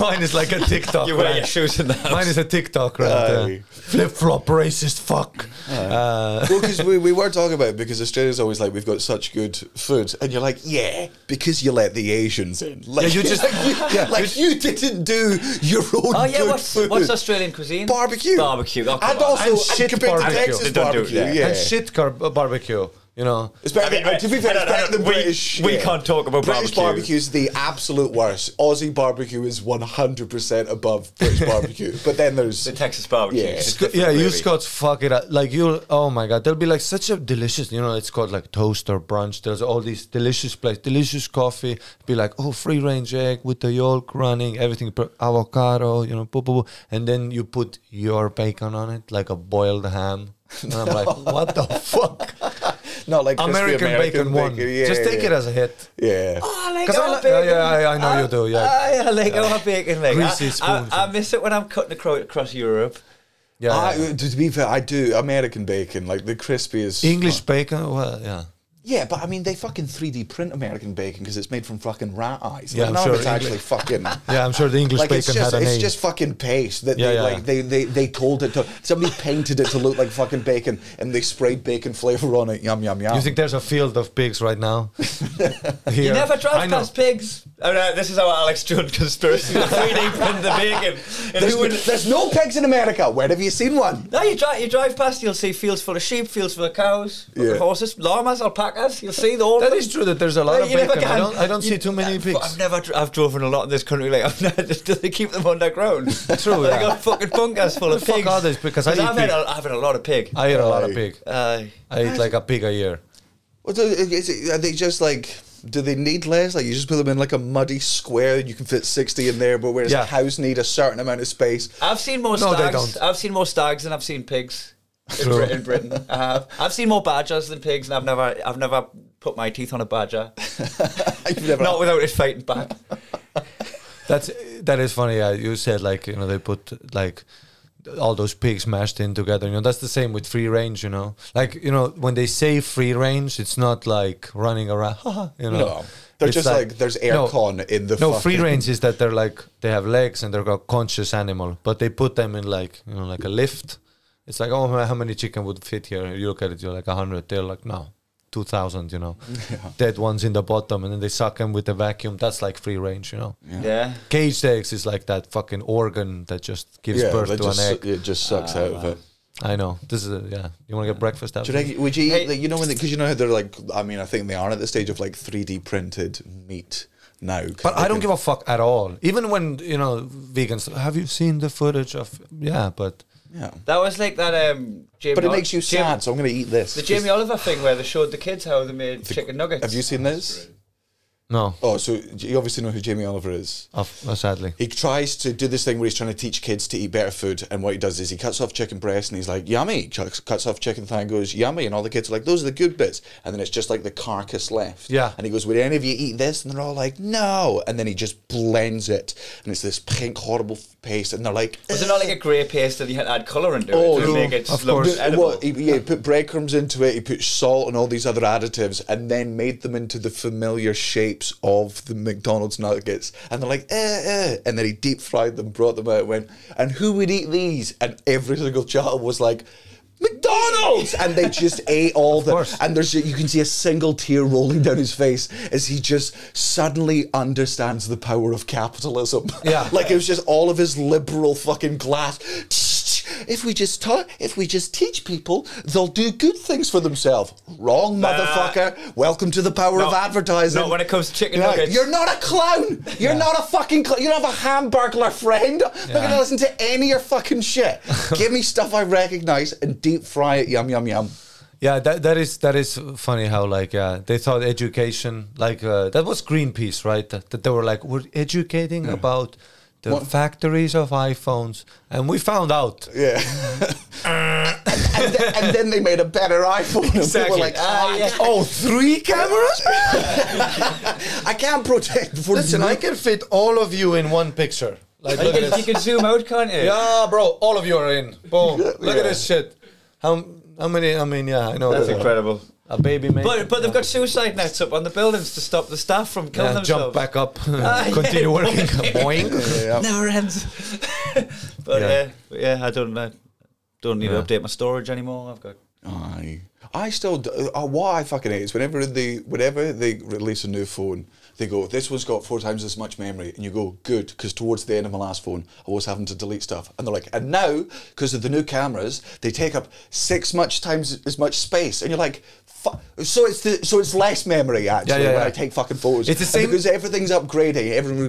E: Mine is like a TikTok.
D: You wear
E: rant.
D: your Oh, shoes in the house.
E: Mine is a TikTok rant.
A: Aye.
E: Flip flop racist fuck. Uh,
A: well, because we, we were talking about it because Australia's always like we've got such good food, and you're like, yeah, because you let the Asians in. Like,
E: you just-
A: like, you, like you didn't do your own.
D: Oh yeah,
A: good
D: what's
A: food.
D: what's Australian cuisine?
A: barbecue?
D: Barbecue. Oh, come
A: and
D: on.
A: also
E: And
A: and
E: shit
A: compared
E: barbecue.
A: to Texas
D: They don't do it,
A: barbecue.
D: yeah.
A: yeah,
E: And shit car- barbecue. You know.
A: It's better than, to be fair, it's better than
D: we-
A: British.
D: we can't talk about
A: British
D: barbecue.
A: barbecue's the absolute worst. Aussie barbecue is 100% above British barbecue. But then there's
D: The Texas barbecue.
A: Yeah.
D: It's
E: Sc-
D: different,
E: yeah, you
D: really.
E: Scots fuck it up. Like you, oh my god, there'll be like such a delicious. You know, it's called like toast or brunch. There's all these delicious place, delicious coffee. Be like, oh, free range egg with the yolk running, everything, per- avocado, you know, boo, boo, boo. and then you put your bacon on it, like a boiled ham. And I'm like, what the fuck?
A: not like crispy
E: American, bacon, one.
A: Yeah,
E: Just take
A: yeah.
E: it as a hit.
A: Yeah.
D: Oh, I like
E: 'Cause I
D: our
E: like-
D: bacon. Ah,
E: yeah, yeah, I- I know you do, yeah.
D: I, I like our bacon. Like,
E: Greasy
D: I-
E: spoons.
D: I, I miss it when I'm cutting across, across Europe.
E: Yeah,
A: I, uh, to be fair, I do American bacon, like the crispiest.
E: English bacon. Well, yeah.
A: Yeah, but I mean, they fucking 3D print American bacon because it's made from fucking rat eyes.
E: Yeah,
A: Like,
E: I'm
A: none
E: sure
A: of it's
E: Engli-
A: actually fucking.
E: Yeah, I'm sure the English
A: Like it's
E: bacon
A: just
E: had a
A: it's
E: name.
A: just fucking paste that
E: Yeah,
A: they
E: yeah.
A: like they, they they told it to somebody painted it to look like fucking bacon and they sprayed bacon flavour on it. Yum yum yum.
E: you think there's a field of pigs right now?
D: You
E: Here.
D: never
E: I
D: drive
E: know.
D: past pigs. Oh, no, this is our Alex Jones conspiracy. The 3D print the bacon. And
A: there's,
D: who would-
A: there's no pigs in America. Where have you seen one?
D: No, you drive, you drive past, you'll see fields full of sheep, fields full of cows,
A: Yeah.
D: horses, llamas, alpacas. You'll see the all.
E: That is true that there's a lot of
D: You never
E: bacon. I
D: can-
E: don't, I don't
D: you-
E: see too many
D: I've-
E: pigs.
D: I've never, dr- I've driven a lot in this country. Like, I've never, do they keep them underground?
E: True,
D: They
E: yeah.
D: got fucking bunkers full of
E: The fuck
D: pigs.
E: are these? Because I eat
D: have had,
E: pig.
D: a, I've had a lot of pig.
E: I eat a lot of
A: Aye.
E: pig.
D: Uh,
E: I eat like a pig a year.
A: What do- is it- are they just like? Do they need less? Like you just put them in like a muddy square and you can fit sixty in there, but whereas
E: Yeah.
A: cows need a certain amount of space.
D: I've seen more
E: No, they
D: stags.
E: don't.
D: I've seen more stags than I've seen pigs. In,
E: True.
D: Brit- in Britain, Uh-huh. I have. I've seen more badgers than pigs, and I've never, I've never put my teeth on a badger.
A: You've never
D: Not without it fighting back.
E: That's that is funny. Yeah, you said like you know they put like all those pigs mashed in together. You know that's the same with free range. You know, like you know when they say free range, it's not like running around. You know,
A: No. They're
E: It's
A: just like, there's aircon in the
E: No, free
A: fucking-
E: range is that they're like they have legs and they're a conscious animal, but they put them in like you know like a lift. It's like oh how many chicken would fit here? You look at it, you're like a hundred. They're like no, 2000, you know, dead ones in the bottom, and then they suck them with the vacuum. That's like free range, you know.
D: Yeah.
E: Cage eggs is like that fucking organ that just gives
A: yeah,
E: birth
A: they
E: to
A: just, uh,
E: an egg.
A: it just sucks out of it.
E: I know. This is a, yeah. You want to get breakfast out?
A: Do you reckon, would you eat,
D: Hey.
A: like, you know, when because you know how they're like, I mean, I think they are at the stage of like 3D printed meat now. 'cause
E: But
A: they
E: I don't
A: can-
E: give a fuck at all. Even when you know vegans, have you seen the footage of? Yeah, but
A: Yeah.
D: That was like that. Um, Jamie
A: But it
D: Ol-
A: makes you
D: Jamie-
A: sad, so I'm going to eat this.
D: The Jamie Oliver thing where they showed the kids how they made chicken nuggets.
A: Have you seen this?
E: no,
A: Oh, so you obviously know who Jamie Oliver is.
E: of, uh, sadly.
A: He tries to do this thing where he's trying to teach kids to eat better food, and what he does is he cuts off chicken breast and he's like, yummy. Cuts cuts off chicken thigh and goes, yummy. And all the kids are like, those are the good bits. And then it's just like the carcass left.
E: Yeah.
A: And he goes, would any of you eat this? And they're all like, no. And then he just blends it, and it's this pink, horrible f- paste. And they're like,
D: Was it not like a grey paste that you had to add colour into
A: Oh,
D: it
A: no.
D: to make it
E: Of
D: look
E: course.
A: But-
D: edible?
A: Well, he, yeah, he put breadcrumbs into it. He put salt and all these other additives, and then made them into the familiar shapes of the McDonald's nuggets. And they're like, eh, eh. And then he deep fried them, brought them out, and went, and who would eat these? And every single child was like. McDonald's, and they just ate all the.
E: course.
A: And there's you can see a single tear rolling down his face as he just suddenly understands the power of capitalism.
E: Yeah.
A: like it was just all of his liberal fucking glass. If we just ta- if we just teach people, they'll do good things for themselves. Wrong, motherfucker. Welcome to the power of
D: Not-
A: advertising.
D: not when it comes to chicken
A: Yeah,
D: nuggets.
A: You're not a clown. You're not a fucking. Cl- you don't have a hamburglar friend. I'm not gonna listen to any of your fucking shit. Give me stuff I recognize and deep fry it. Yum yum yum.
E: Yeah, that that is that is funny how like uh, they thought education like uh, that was Greenpeace, right? That, that they were like we're educating about the
A: What-
E: factories of iPhones, and we found out.
A: Yeah. and, th- and then they made a better iPhone. And people were
D: Exactly.
A: like,
D: Ah,
A: "Oh,
D: yeah.
A: oh, three cameras? I can't protect for
E: Listen, I can fit all of you in one picture. Like,
D: you,
E: look at
D: can,
E: this.
D: you can zoom out, can't you?
E: Yeah, bro, all of you are in. Boom. Look
A: Yeah.
E: at this shit. How how many? I mean, yeah, I know.
D: That's
E: that-
D: incredible.
E: A baby uh, made.
D: But but they've got suicide nets up on the buildings to stop the staff from killing
E: yeah,
D: themselves.
E: jump back up,
D: Ah,
E: continue
D: yeah.
E: working. Boing.
D: Never ends. but
E: Yeah.
D: yeah. but yeah, I don't I don't need
E: Yeah.
D: to update my storage anymore. I've got
A: I I still d- uh, what I fucking hate is whenever they whenever they release a new phone, they go this one's got four times as much memory, and you go good because towards the end of my last phone, I was having to delete stuff, and they're like, and now because of the new cameras, they take up six much times as much space, and you're like. fu- So it's the, so it's less memory actually
E: yeah,
A: when I
E: yeah.
A: take fucking photos.
E: It's the
A: And
E: same-
A: because everything's upgrading. Everyone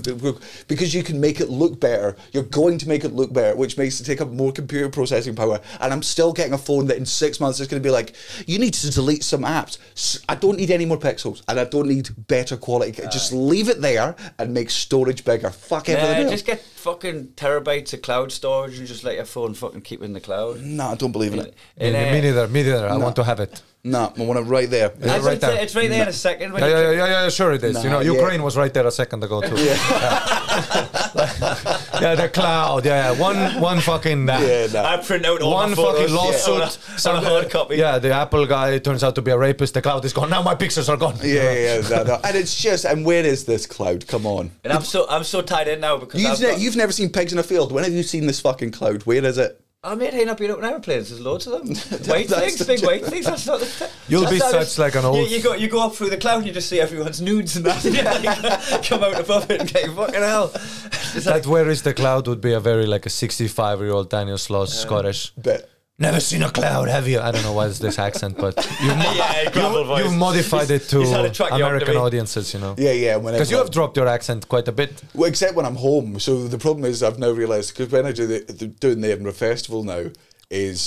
A: because you can make it look better. You're going to make it look better, which makes it take up more computer processing power. And I'm still getting a phone that in six months is going to be like, you need to delete some apps. S- I don't need any more pixels, and I don't need better quality. Just leave it there and make storage bigger. Fuck everything. else.
D: Nah, uh, just get fucking terabytes of cloud storage and just let your phone fucking keep it in the cloud.
A: no, I don't believe in it.
E: Me,
D: And, uh,
E: me neither. Me neither. I want to have it.
A: No, I want it right there.
D: I was
E: right
D: gonna say,
E: there.
D: it's right there in a second. When
E: Yeah,
D: you
E: yeah,
D: click-
E: yeah, yeah, yeah, sure it is. you know,
A: Nah, yeah.
E: Ukraine was right there a second ago too. Yeah, yeah the cloud. Yeah, yeah. one one fucking. Uh,
A: Yeah, no.
D: I print out all
E: One
D: my photos
E: fucking lawsuit,
D: on a-
E: some-
D: on a hard copy.
E: Yeah, the Apple guy turns out to be a rapist. The cloud is gone. Now my pictures are gone.
A: Yeah, yeah, yeah, no, no. and it's just, and where is this cloud? Come on.
D: And I'm so I'm so tied in now because
A: You've,
D: I've
A: ne-
D: got,
A: you've never seen pigs in a field. When have you seen this fucking cloud? Where is it?
D: I made hang up in open airplanes. There's loads of them. White
A: That's
D: things,
A: the
D: big
A: joke.
D: white things. That's not. The
E: You'll
D: that's
E: be
D: not
E: such
D: it.
E: like an
D: You,
E: old-
D: you go you go up through the cloud and you just see everyone's nudes and that. like, come out above it and get fucking hell. It's like,
E: That where is the cloud would be a very like a 65 year old Daniel Sloss
A: Uh,
E: Scottish.
A: But
E: Never seen a cloud, have you? I don't know why it's this accent, but you, mo-
D: yeah, gravel voice.
E: you modified it to
D: he's had a track you up to
E: American
D: me.
E: audiences, you know.
A: yeah, yeah. whenever
E: Because you
A: I-
E: have dropped your accent quite a bit.
A: Well, except when I'm home. So the problem is, I've now realised because when I do the, the doing the Edinburgh Festival now is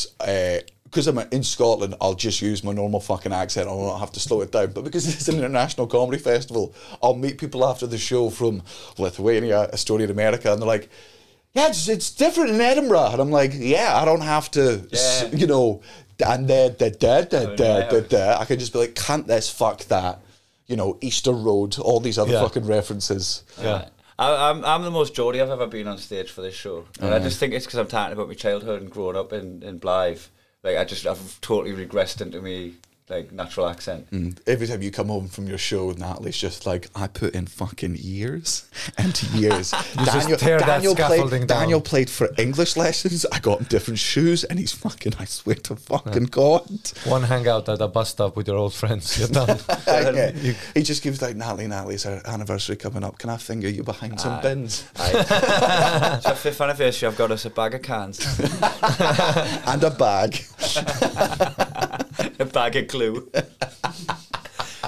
A: because I'm in Scotland, I'll just use my normal fucking accent. I'll not have to slow it down. But because it's an international comedy festival, I'll meet people after the show from Lithuania, Estonia, and America, and they're like. Yeah, it's, it's different in Edinburgh, and I'm like, yeah, I don't have to, s
D: Yeah.
A: you know, and da da da da da da
D: yeah.
A: da. I can just be like, can't this fuck that, you know, Easter Road, all these other
E: Yeah.
A: fucking references.
E: Yeah.
D: I, I'm, I'm the most Geordie I've ever been on stage for this show. And
E: Mm.
D: I just think it's because I'm talking about my childhood and growing up in, in Blythe. Like, I just, I've totally regressed into me. like natural accent.
A: Every time you come home from your show, Natalie's just like, I put in fucking years and years. Daniel,
E: tear that
A: Daniel,
E: scaffolding
A: played,
E: down.
A: Daniel played for English lessons. I got him different shoes, and he's fucking, I swear to fucking God.
E: One hangout at a bus stop with your old friends. You're done.
A: Yeah. uh, He just gives like, Natalie, Natalie's her anniversary coming up. Can I finger you behind some bins?
D: Aye. so fifth anniversary, I've got us a bag of cans,
A: and a bag.
D: a bag of glue.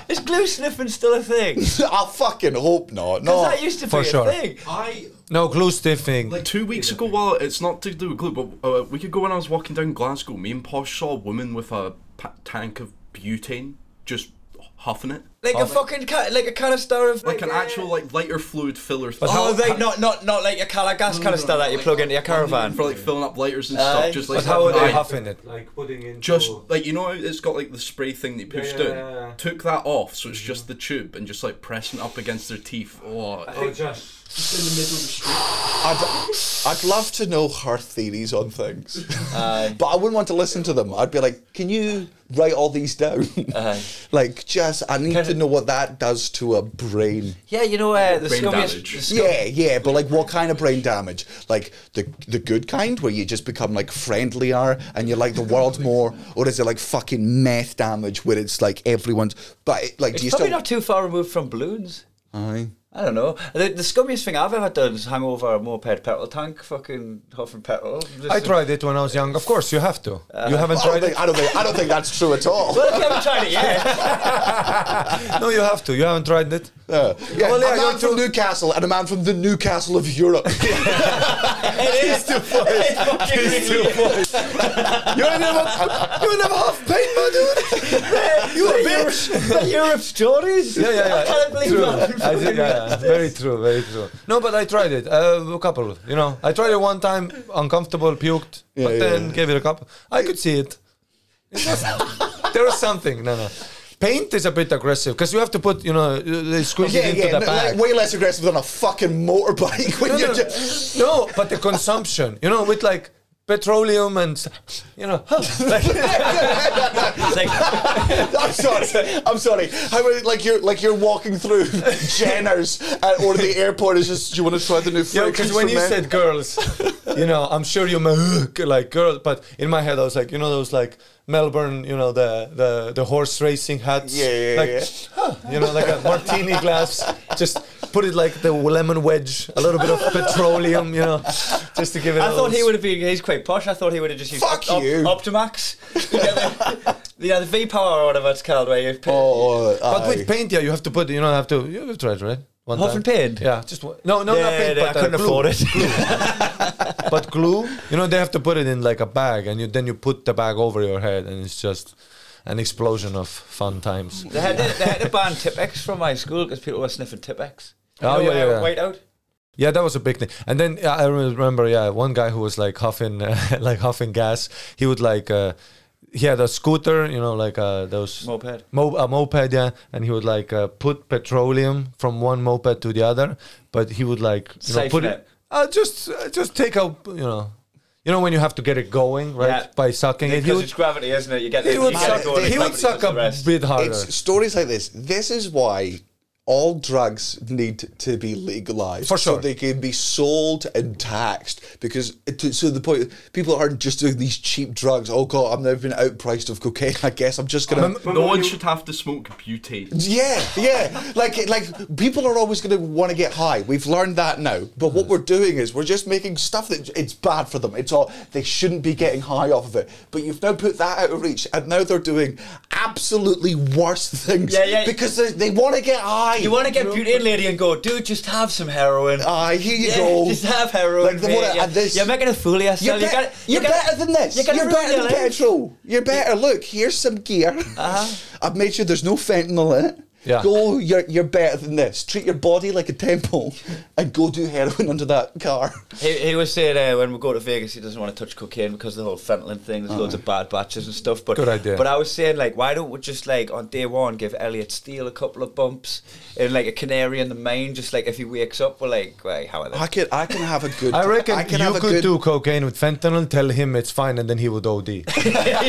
D: Is glue sniffing still a thing? 'Cause
A: I fucking hope not. No.
D: that used to
E: For
D: be
E: sure.
D: a thing.
F: I
E: no glue stiffing.
F: Like two weeks ago, while it's not to do with glue, but uh, a week ago when I was walking down Glasgow, me and Posh saw a woman with a pa- tank of butane just huffing it.
D: Like a fucking ca- like a canister of
F: Like uh, an actual like lighter fluid filler. But
D: Oh, right, not not not like your cal- gas
F: Mm.
D: canister that you plug into your caravan.
F: for like filling up lighters and
D: Aye.
F: stuff, just like
E: But Uh, how are they
F: Aye.
E: huffing it?
G: Like putting in
F: Just like you know, how it's got like the spray thing that you pushed
G: yeah,
F: in.
G: Oh. yeah, yeah. Mm-hmm.
F: Took that off, so it's just the tube and just like pressing it up against their teeth. Oh,
G: oh, just just in the middle of the street.
A: I'd, I'd love to know her theories on things, but I wouldn't want to listen to them. I'd be like, "Can you write all these down? like, just I need to know what that does to a brain.
D: Yeah, you know uh, the
F: Brain
D: scummiest.
F: damage.
D: The scum-
A: Yeah, yeah, but like, what kind of brain damage? Like the the good kind, where you just become like friendlier and you like the world more, or is it like fucking meth damage, where it's like everyone's? But it, like, do
D: It's
A: you
D: probably
A: still?
D: not too far removed from balloons.
A: Aye.
D: I don't know. The, the scummiest thing I've ever done is hang over a moped petrol tank, fucking huffing petrol. Just-
E: I tried it when I was young. Of course, you have to. you haven't
A: I don't,
E: tried
A: think, I don't think I don't think that's true at all.
D: Well, if you haven't tried it yet.
E: it. No, you have to. You haven't tried it.
A: Yeah. Yeah,
E: Well, yeah,
A: a
E: you're
A: man from Newcastle and a man from the Newcastle of Europe.
D: it is. It's fucking ridiculous.
A: You ain't never, you ain't never half paid, my dude. You a bitch.
D: The Europe stories.
E: Yeah, yeah, yeah.
D: I can't believe
E: True.
D: that.
E: I did, yeah, yeah. Very true, very true. No, but I tried it. Uh, a couple, you know. I tried it one time, uncomfortable, puked,
A: Yeah,
E: but
A: yeah,
E: then
A: yeah.
E: gave it a couple. I could see it. It was- there was something. No, no. Paint is a bit aggressive because you have to put, you know, they squeeze
A: Yeah,
E: it into
A: yeah,
E: the
A: no,
E: bag.
A: like, way less aggressive than a fucking motorbike when
E: no,
A: you're
E: no,
A: just.
E: no, but the consumption, you know, with like petroleum and, s- you know, like,
D: It's like,
A: I'm sorry. I'm sorry. How about, like you're like you're walking through Jenner's at, or the airport is just. Do you want to try the new?
E: Yeah, because
A: fragrance
E: when
A: for
E: you
A: men?"
E: said girls, you know, I'm sure you meant like girl, but in my head I was like, you know, those like Melbourne, you know, the the, the horse racing hats,
A: Yeah, yeah,
E: like,
A: yeah.
E: huh, you know, like a martini glass, just put it like the lemon wedge, a little bit of petroleum, you know, just to give it.
D: I
E: a
D: thought
E: little
D: he would have been. He's quite posh. I thought he would have just used
A: Fuck you.
D: Optimax. Yeah, the, yeah, the V power or whatever it's called, where you.
A: Oh,
E: But
A: aye.
E: with paint, yeah, you have to put. You don't have to. You have tried, right? One
D: Huff and paint?
E: Yeah, just one. no, no, not
D: Yeah,
E: paint.
D: yeah,
E: but
D: I couldn't
E: uh, glue.
D: afford it.
E: but glue, you know, they have to put it in like a bag, and you then you put the bag over your head, and it's just an explosion of fun times.
D: They had, to, they had to ban Tipex from my school because people were sniffing Tipex. You
E: Oh,
D: know,
E: yeah,
D: uh,
E: yeah.
D: White out.
E: Yeah, that was a big thing. And then yeah, I remember, yeah, one guy who was like huffing, like huffing gas. He would like. Uh, he had a scooter, you know, like uh, those
D: Moped.
E: mo- a moped, yeah, and he would like uh, put petroleum from one moped to the other, but he would like you know,
D: Siphon
E: put
D: it.
E: Uh, just, uh, just take out, you know, you know when you have to get it going, right?
D: Yeah.
E: By sucking it, he
D: Because
E: would
D: it's gravity, isn't it? You get
E: He
D: you
E: would
D: get
E: suck.
D: it going,
E: He
D: it's
E: would
D: gravity
E: suck
D: does
E: a
D: the rest.
E: bit harder.
A: It's stories like this. This is why all drugs need to be legalized
E: For
A: so
E: sure.
A: they can be sold and taxed because it, to, so the point people aren't just doing these cheap drugs oh god i've never been outpriced of cocaine i guess i'm just gonna
F: no one should have to smoke butane.
A: yeah yeah like like people are always gonna want to get high we've learned that now but what we're doing is we're just making stuff that it's bad for them it's all they shouldn't be getting high off of it but you've now put that out of reach and now they're doing absolutely worse things
D: Yeah, yeah.
A: because they, they want to get high
D: You want to get butane lady and go, dude, just have some heroin.
A: Aye, here you
D: Yeah,
A: go.
D: Just have heroin.
A: Like the
D: mate.
A: one at
D: yeah.
A: this-
D: You're making a fool of yourself.
A: You're,
D: you
A: be-
D: gotta- you
A: you're
D: gotta-
A: better than this.
D: You're,
A: You're,
D: gonna ruin
A: better
D: your
A: than
D: life. Uh-huh.
A: petrol. You're better. Look, here's some gear. I've made sure there's no fentanyl in it.
E: Yeah.
A: Go, you're, you're better than this. Treat your body like a temple and go do heroin under that car.
D: He, he was saying uh, when we go to Vegas, he doesn't want to touch cocaine because of the whole fentanyl thing. There's loads of bad batches and stuff. But
E: Good idea.
D: But I was saying like, why don't we just like on day one give Elliot Steele a couple of bumps and like a canary in the main, just like if he wakes up, we're like, wait, how are they?
A: I can, I can have a good.
E: I reckon
A: can
E: you
A: have a
E: could
A: good-
E: do cocaine with fentanyl, tell him it's fine, and then he would OD. yeah,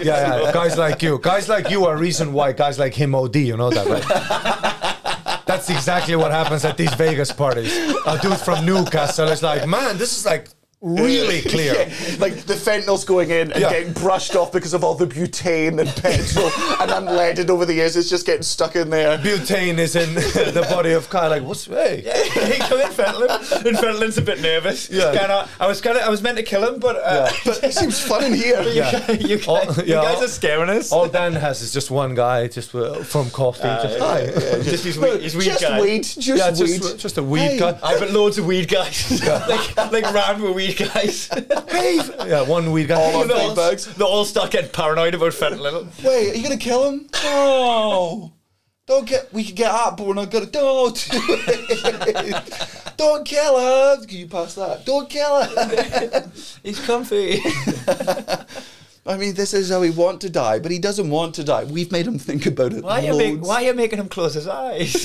E: yeah, guys like you. Guys like you are reason why guys like him OD, you know that, right? That's exactly what happens at these Vegas parties. A dude from Newcastle is like, man, this is like really clear.
A: Yeah, like the fentanyl's going in and
E: Yeah.
A: getting brushed off because of all the butane and petrol and unleaded over the years. It's just getting stuck in there.
E: Butane is in the body of Kyle. Like, what's hey?
D: he come in fentanyl, and fentanyl's a bit nervous.
E: Yeah.
D: He's kinda, I was kind of, I was meant to kill him, but, uh,
A: But it seems fun in here.
E: Yeah.
D: you, guys,
E: All-
D: you
E: yeah,
D: guys
E: all-
D: are scaring us.
E: All Dan has is just one guy, just uh, from coffee. just, hi.
D: just these weed, these weed
A: just
D: guys.
A: weed, just
E: Yeah,
A: weed.
E: just, just a weed
A: Hey.
E: guy.
D: I've got loads of weed guys, like like random weed guys.
E: Hey, yeah, one weed guy.
A: All on
D: They
A: big
D: all-
A: bags.
D: They all start getting paranoid about fentanyl.
A: Wait, are you gonna kill him? No. Don't get. We can get up, but we're not gonna. Don't. do it. Don't kill her. Can you pass that? Don't kill her.
D: He's comfy.
A: I mean, this is how he want to die, but he doesn't want to die. We've made him think about it.
D: Why are you
A: loads.
D: make, Why are you making him close his eyes?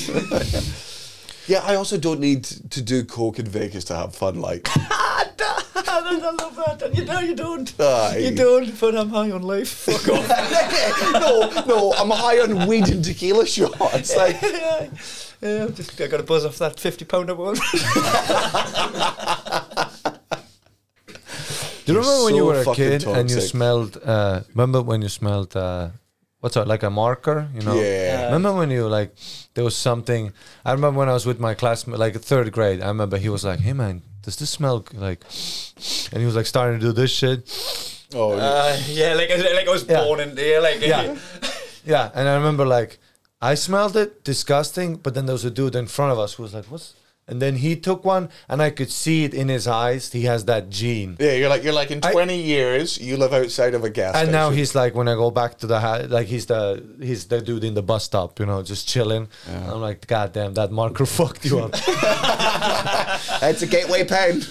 A: Yeah, I also don't need to do coke in Vegas to have fun. Like,
D: I love that. And you know you don't.
A: Aye.
D: You don't. But I'm high on life. Fuck off.
A: no, no, I'm high on weed and tequila shots. Like,
D: yeah, yeah, I'm just, I got a buzz off that fifty pounder one.
E: Do you
A: You're
E: remember when you
A: so
E: were a
A: fucking
E: kid and you
A: toxic.
E: smelled? Uh, remember when you smelled? Uh, what's that? Like a marker, you know?
A: Yeah.
E: Remember when you like there was something? I remember when I was with my classmate, like third grade. I remember he was like, "Hey man, does this smell g- like?" And he was like starting to do this shit.
A: oh,
D: Uh, yeah, like I- like I was
E: Yeah.
D: born in here. Like
E: Yeah. Yeah, and I remember like I smelled it, disgusting. But then there was a dude in front of us who was like, "What's?" And then he took one, and I could see it in his eyes. He has that gene.
A: yeah, you're like, you're like, in 20 years, you live outside of a gas
E: and
A: station.
E: now he's like when I go back to the ha- like he's the he's the dude in the bus stop, you know, just chilling. I'm like, God damn, that marker fucked you up.
A: it's a gateway pound.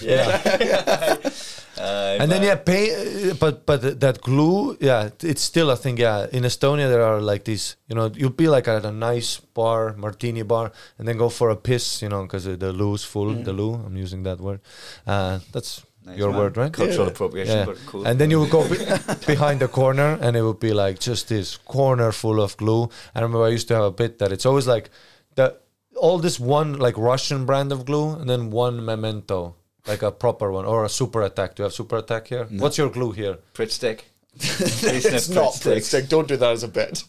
E: and then yeah, pay, uh, but but that glue, yeah, it's still a thing. Yeah, in Estonia there are like these, you know, you'll be like at a nice bar, martini bar, and then go for a piss, you know, because the loo's full. The loo, I'm using that word. Uh, that's your word, right?
D: Cultural appropriation, but cool.
E: And then you would go be- behind the corner, and it would be like just this corner full of glue. I remember I used to have a bit that it's always like the all this one like Russian brand of glue, and then one memento, like a proper one or a super attack. Do you have super attack here? What's your glue here?
D: Prit stick.
A: it's not Pritstick. Don't do that as a bit.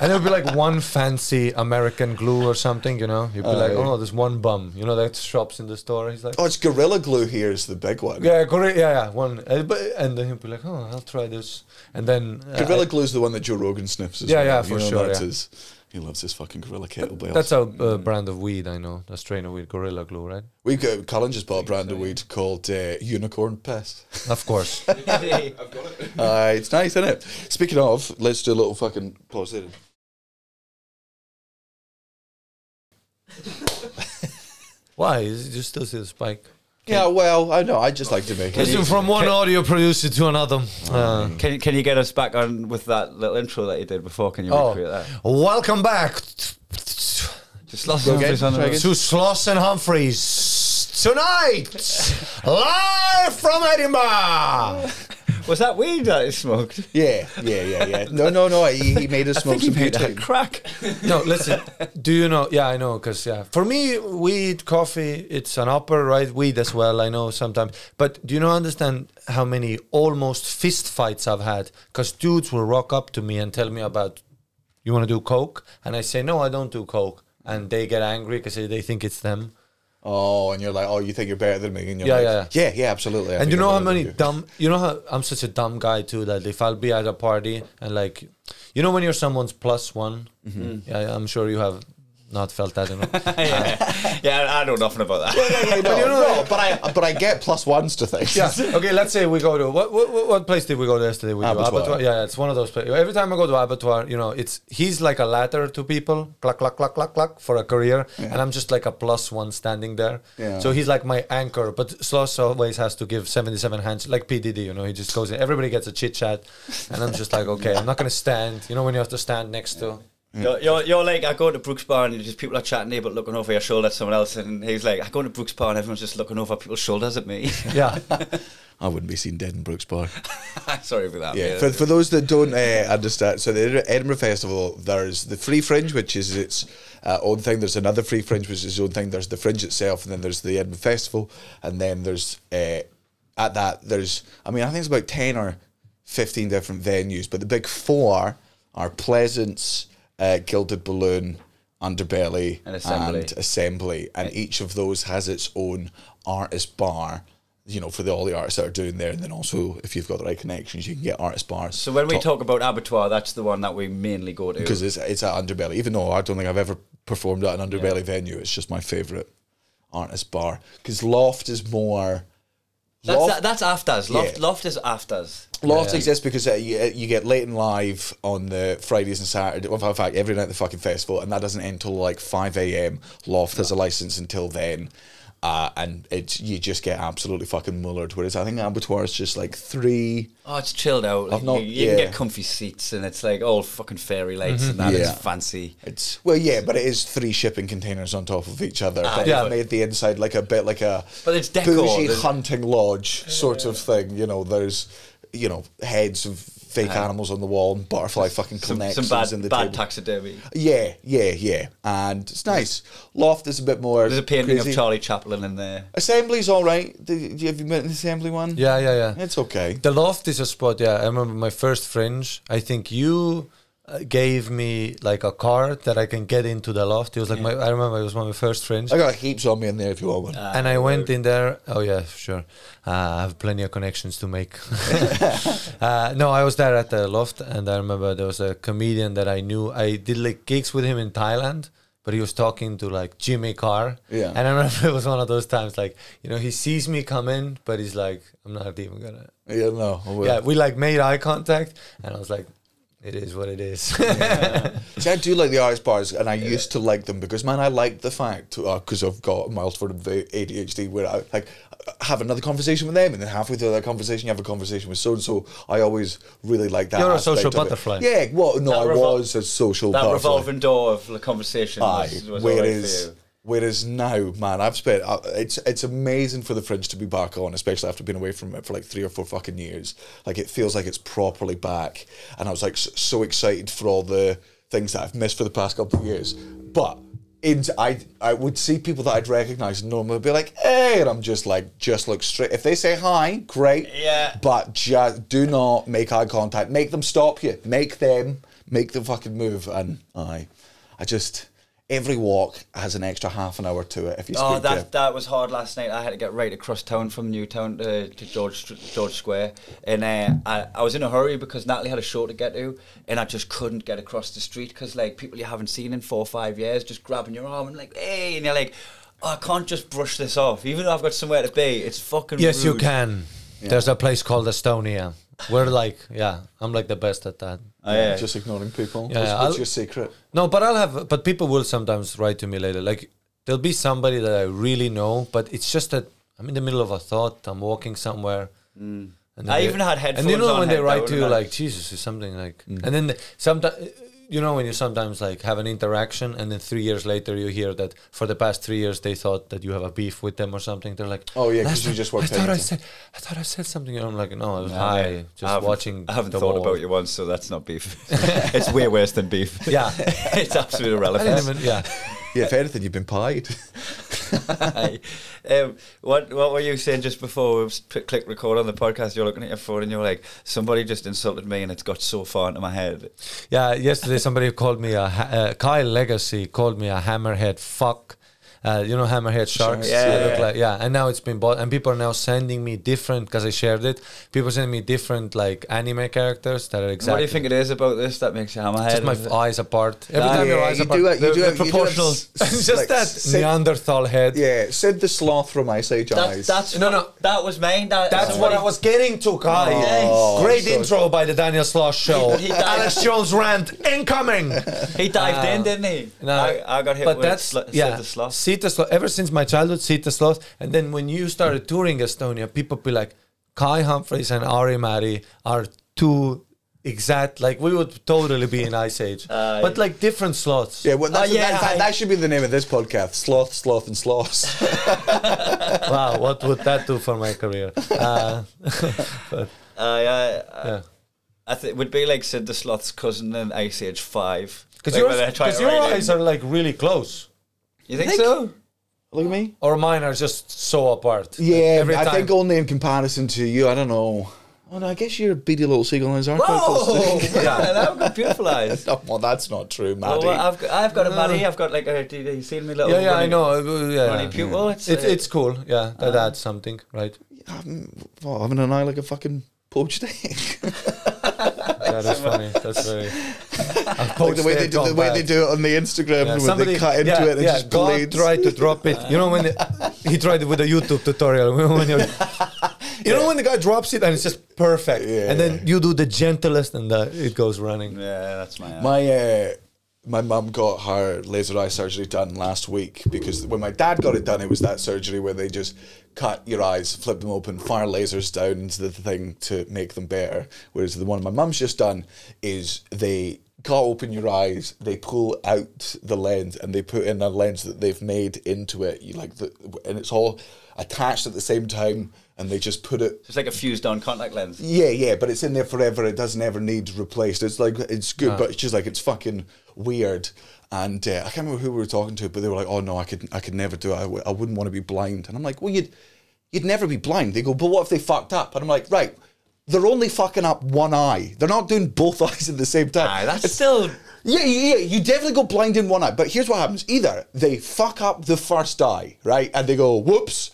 E: And it would be like one fancy American glue or something, you know? You'd be like, oh no, there's one bum, you know, that shops in the store. He's like,
A: Oh, it's Gorilla Glue here is the big one.
E: yeah, Korea, yeah, yeah, one. Uh, but, and then he'd be like, oh, I'll try this. And then uh,
A: Gorilla Glue's the one that Joe Rogan sniffs as
E: Yeah,
A: well.
E: yeah,
A: You
E: for
A: know
E: sure,
A: that's
E: yeah.
A: his- he loves his fucking Gorilla kettlebell.
E: That's a uh, brand of weed I know. A strain of weed, Gorilla Glue, right?
A: We've got, Colin just bought a brand of weed called uh, Unicorn Piss.
E: Of course.
F: I've got it.
A: uh, it's nice, isn't it? Speaking of, let's do a little fucking pause there.
E: Why? Is you still see the spike?
A: Yeah, well, I know. I just like to make it.
E: Listen, from one audio producer to another. Uh,
D: Can, can you get us back on with that little intro that you did before? Can you recreate
E: oh,
D: that?
E: welcome back
D: Just lost
A: again,
D: on
A: try
D: the
A: again.
E: to Sloss and Humphreys tonight, live from Edinburgh.
D: Was that weed that you smoked?
A: Yeah, yeah, yeah, yeah. No, no, no. He, he made us smoke some
D: that
A: butane.
D: crack.
E: No, listen. Do you know? Yeah, I know. Cause yeah, for me, weed, coffee, it's an upper right. Weed as well. I know sometimes. But do you not understand how many almost fist fights I've had? Cause dudes will rock up to me and tell me about, you want to do coke, and I say no, I don't do coke, and they get angry because they think it's them.
A: Oh, and you're like, oh, you think you're better than me? And you're
E: Yeah,
A: like, yeah, yeah, absolutely. I
E: and
A: think
E: you know
A: I'm
E: how
A: better than
E: many
A: you.
E: dumb you know how i'm such a dumb guy too that if i'll be at
A: Mm-hmm.
E: a party and like you know when you're someone's plus one yeah i'm sure you have not felt that enough.
D: yeah. yeah, I know nothing about that.
A: no, no, no, but I but I get plus ones to things.
E: yeah. Okay. Let's say we go to what, what what place did we go to yesterday? With
A: Abattoir.
E: You? Abattoir. Yeah, it's one of those places. Every time I go to abattoir, you know, it's he's like a ladder to people, cluck cluck cluck cluck cluck for a career, and I'm just like a plus one standing there.
A: Yeah.
E: So he's like my anchor, but Sloss always has to give 77 hands, like PDD. You know, he just goes in. Everybody gets a chit chat, and I'm just like, okay, I'm not gonna stand. You know, when you have to stand next to.
D: You're, you're, you're like, I go to Brooks Bar and just people are chatting to you but looking over your shoulder at someone else. And he's like, I go to Brooks Bar and everyone's just looking over people's shoulders at me.
E: Yeah.
A: I wouldn't be seen dead in Brooks Bar.
D: Sorry for that.
A: Yeah,
D: mate.
A: for, for those that don't uh, understand, so the Edin- Edinburgh Festival, there's the Free Fringe, which is its uh, own thing. There's another Free Fringe, which is its own thing. There's the Fringe itself, and then there's the Edinburgh Festival, and then there's uh, at that there's I mean I think it's about ten or fifteen different venues, but the big four are Pleasance, uh, Gilded Balloon, Underbelly,
D: And Assembly.
A: and Assembly, and each of those has its own artist bar. You know, for the, all the artists that are doing there, and then also if you've got the right connections, you can get artist bars.
D: So when we talk about abattoir, that's the one that we mainly go to.
A: because it's it's at Underbelly, even though I don't think I've ever performed at an Underbelly venue, it's just my favorite artist bar. Because Loft is more.
D: that's,
A: Loft-
D: that, that's afters. Loft,
A: Yeah.
D: loft is afters.
A: Loft exists because uh, you, you get late and live on the Fridays and Saturdays. Well, in fact, every night at the fucking festival, and that doesn't end till like five a.m. Loft has a license until then, uh, and it's you just get absolutely fucking mullered. Whereas I think Abattoir is just like three.
D: Oh, it's chilled out. Like,
A: not-
D: you you
A: yeah. Mm-hmm.
D: can get comfy seats, and it's like all fucking fairy lights, and that is
A: Yeah.
D: fancy.
A: It's well, yeah, but it is three shipping containers on top of each other. but
E: yeah.
A: it made the inside like a bit like a
D: Ah, But it's decor,
A: bougie
D: there's-
A: hunting lodge sort of thing. You know, there's you know heads of fake animals on the wall and butterfly fucking
D: Some,
A: connections
D: some bad,
A: in the
D: bad
A: table.
D: taxidermy.
A: yeah, yeah, yeah, and it's nice. Loft is a bit more.
D: There's a painting
A: crazy.
D: of Charlie Chaplin in there.
A: Assembly's all right. Did, have you met an assembly one?
E: Yeah. Yeah. Yeah.
A: it's okay.
E: The loft is a spot. Yeah, I remember my first fringe. I think you uh, gave me like a card that I can get into the loft. It was like my. I remember it was one of my first fringe.
A: I got heaps on me in there if you want one.
E: and I went in there. Oh yeah, sure. Uh, I have plenty of connections to make. uh, no, I was there at the loft, and I remember there was a comedian that I knew. I did like gigs with him in Thailand, but he was talking to like Jimmy Carr.
A: Yeah.
E: And I remember it was one of those times, like you know, he sees me come in, but he's like, "I'm not even gonna."
A: yeah, no. I will.
E: yeah, we like made eye contact, and I was like, "It is what it is."
A: See, I do like the artist bars, and I used to like them because, man, I like the fact because I've got mild form of ADHD where I like have another conversation with them, and then halfway through that conversation, you have a conversation with so and so. I always really like that.
E: You're a
A: aspect
E: social
A: of it.
E: butterfly.
A: Yeah, well, no,
D: That
A: I
D: revol-
A: was a social
D: That
A: butterfly.
D: revolving door of the conversation
A: Aye,
D: was, was all right
A: whereas.
D: for you.
A: Whereas now, man, I've spent uh, it's it's amazing for the fringe to be back on, especially after being away from it for like three or four fucking years. Like it feels like it's properly back, and I was like s- so excited for all the things that I've missed for the past couple of years. But in I I would see people that I'd recognise and normally be like, hey, and I'm just like, just look straight. If they say hi, great.
D: Yeah.
A: But just do not make eye contact. Make them stop you. Make them make the fucking move. And I, I just every walk has an extra half an hour to it. If you
D: Oh,
A: speak to
D: that that was hard last night. I had to get right across town from Newtown uh, to, to George George Square, and uh, I, I was in a hurry because Natalie had a show to get to, and I just couldn't get across the street because like people you haven't seen in four or five years just grabbing your arm and like hey, and you're like. "Oh, I can't just brush this off, even though I've got somewhere to be. It's fucking.
E: Yes, you
D: rude."
E: can. There's a place called Estonia. We're like, yeah, I'm like the best at that.
D: Oh, yeah.
A: just ignoring people.
E: Yeah,
A: what's,
E: I'll-
A: what's your secret?
E: No, but I'll have. But people will sometimes write to me later. Like there'll be somebody that I really know, but it's just that I'm in the middle of a thought. I'm walking somewhere. And then
D: Mm. I even had
E: And you
D: headphones
E: know
D: on
E: when they
D: head
E: write
D: down
E: to
D: and
E: you
D: I-
E: like Jesus is something like,
D: Mm.
E: and then sometimes. You know when you sometimes like have an interaction and then three years later you hear that for the past three years they thought that you have a beef with them or something. They're like,
A: Oh, yeah, 'cause
E: "Last
A: you
E: time
A: just worked
E: I thought I
A: everything."
E: said, I thought I said something. And I'm like, no, I was
D: No,
E: high,
D: yeah. I
E: just
D: haven't-
E: watching.
D: I haven't
E: the
D: thought
E: wall.
D: about you once, so that's not beef. it's way worse than beef.
E: Yeah.
D: it's absolutely
E: I didn't
D: irrelevant.
E: even, yeah.
A: Yeah, if anything, you've been pied.
D: Aye. um, what What were you saying just before we p- click record on the podcast? You're looking at your phone and you're like, somebody just insulted me, and it's got so far into my head.
E: Yeah, yesterday somebody called me a ha- uh, Kyle Legacy called me a hammerhead fuck, uh, you know, hammerhead sharks.
D: Yeah,
E: they
D: yeah,
E: look
D: yeah.
E: like yeah. And now it's been bought, and people are now sending me different because I shared it. People sending me different like anime characters that are exactly.
D: What do you think it is about this that makes you hammerhead?
E: Just my
D: Is it-
E: eyes apart. Every
D: Ah,
E: time your
D: yeah,
E: eyes
A: you
E: apart,
A: do it- you
E: they're-
A: do
E: they're
A: it- you do it
E: proportional.
A: s-
E: just
A: like
E: that
A: sit-
E: Neanderthal head.
A: Yeah, Sid the Sloth from Ice Age
D: That's,
A: Eyes.
D: that's
E: No,
D: no,
E: no.
D: no. That was mine. That,
E: That's what I was getting to, Kai.
D: Nice.
E: Great
A: so-
E: intro by the Daniel Slosh show.
D: He- he died.
E: Alex Jones rant incoming.
D: He dived
E: Uh,
D: in, didn't he?
E: No,
D: I, I got hit
E: But
D: with
E: that's
D: sl-
E: yeah,
D: the slot.
E: Sita Sloth. Ever since my childhood, Sita Sloth. And then when you started touring Estonia, people be like, Kai Humphreys and Ari Mari are two exact. Like we would totally be in Ice Age, but like different sloths.
A: yeah, well, that's,
D: Oh, yeah,
A: that, that,
D: I-
A: that should be the name of this podcast: Sloth, Sloth, and Sloths.
E: Wow, what would that do for my career? Uh, but,
D: I, Uh, I,
E: yeah.
D: I think would be like Sid the Sloth's cousin in Ice Age Five.
E: Because
D: Like,
E: your,
D: when they try to
E: 'cause your
D: write in.
E: eyes are like really close,
D: You think, so?
A: Look at me.
E: or mine are just so apart. Like,
A: Yeah,
E: every
A: I
E: time.
A: think only in comparison to you. I don't know. Oh no, I guess you're a beady little seagull and aren't quite
D: Whoa!
A: close. to-
D: yeah, I've got beautiful eyes.
A: Oh, well, that's not true, Maddie.
D: Well,
E: uh,
D: I've got, I've got a Maddie. I've got like a. Do you see me little?
E: Yeah, yeah, I
D: runny-
E: know. uh, yeah,
D: Runny
E: yeah.
D: pupil. It's,
E: It's
D: uh,
E: it's cool. Yeah, that
D: Uh-huh.
E: adds something, right?
A: Well, having an eye like a fucking poached egg.
E: Yeah, that's funny. That's very.
A: like the way they do the way they do it on the Instagram
E: Yeah,
A: when
E: somebody
A: they cut into
E: yeah,
A: it and
E: yeah,
A: just
E: God
A: blades.
E: tried to drop it. You know when the- he tried it with a YouTube tutorial. When you're, you know when the guy drops it and it's just perfect,
A: Yeah.
E: and then you do the gentlest and uh, it goes running.
D: Yeah, that's my. eye.
A: My uh, my mum got her laser eye surgery done last week because when my dad got it done, it was that surgery where they just cut your eyes, flip them open, fire lasers down into the thing to make them better. Whereas the one my mum's just done is they cut open your eyes, they pull out the lens, and they put in a lens that they've made into it. You like the, and it's all attached at the same time, and they just put it
D: It's like a fused on contact lens.
A: yeah, yeah, but it's in there forever. It doesn't ever need replaced. It's like it's good, but it's just like it's fucking weird. And uh, I can't remember who we were talking to, but they were like, "Oh no, I could, I could never do it. I w- I wouldn't want to be blind." And I'm like, "Well, you'd, you'd never be blind." They go, "But what if they fucked up?" And I'm like, "Right, they're only fucking up one eye. They're not doing both eyes at the same time."
D: Aye, that's
A: It's-
D: still.
A: yeah, yeah, yeah, you definitely go blind in one eye. But here's what happens: either they fuck up the first eye, right, and they go, "Whoops."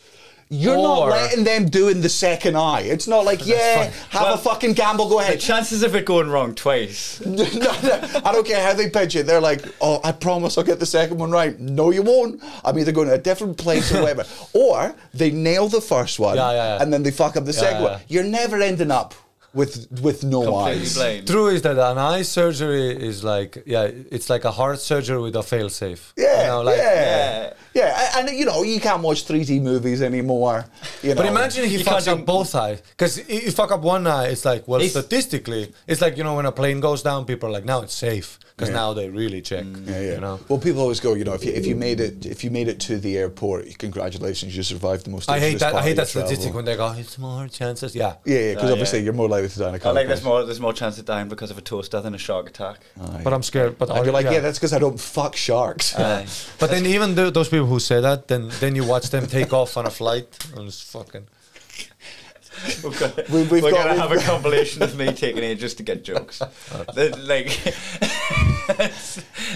A: You're not
E: Or-
A: letting them do in the second eye. It's not like, yeah, have
D: Well,
A: a fucking gamble, go
D: The
A: ahead.
D: chances of it going wrong twice.
A: No, no, I don't care how they pitch it. They're like, oh, I promise I'll get the second one right. No, you won't. I'm either going to a different place or whatever. Or they nail the first one
E: Yeah, yeah, yeah.
A: and then they fuck up the second
E: yeah.
A: one. You're never ending up with with no
D: Completely
A: eyes.
D: blind.
E: True is that an eye surgery is like yeah, it's like a heart surgery with a fail safe.
A: Yeah,
E: you know, like,
A: yeah, yeah, and and, you know you can't watch 3D movies anymore. You
E: But
A: know.
E: imagine he
D: You
E: fucks
D: can't
E: up
D: do-
E: both eyes. Because if you fuck up one eye, it's like, well,
D: He's-
E: statistically, it's like, you know, when a plane goes down, people are like, now it's safe. Because now they really check.
A: Mm. Yeah, yeah.
E: You know?
A: Well, people always go, you know, if you, if you made it, if you made it to the airport, congratulations, you survived the most.
E: I hate
A: dangerous
E: that. I
A: part
E: hate
A: of your
E: that statistic
A: travel.
E: when they go, it's more chances. Yeah.
A: Yeah, yeah, because obviously you're more likely to die in a
D: I
A: car.
D: like
A: crash.
D: there's more there's more chance of dying because of a toaster than a shark attack.
A: Oh.
E: But I'm scared. But
A: I'd be
E: are-
A: like, yeah, that's because I don't fuck sharks.
D: Aye.
E: But then even th- those people who say that, then then you watch them take off on a flight and it's fucking.
D: We've got,
A: We-
D: we,
A: we've
D: are
A: got-
D: gonna have a
A: we've-
D: compilation of me taking ages to get jokes. They're like
A: Um,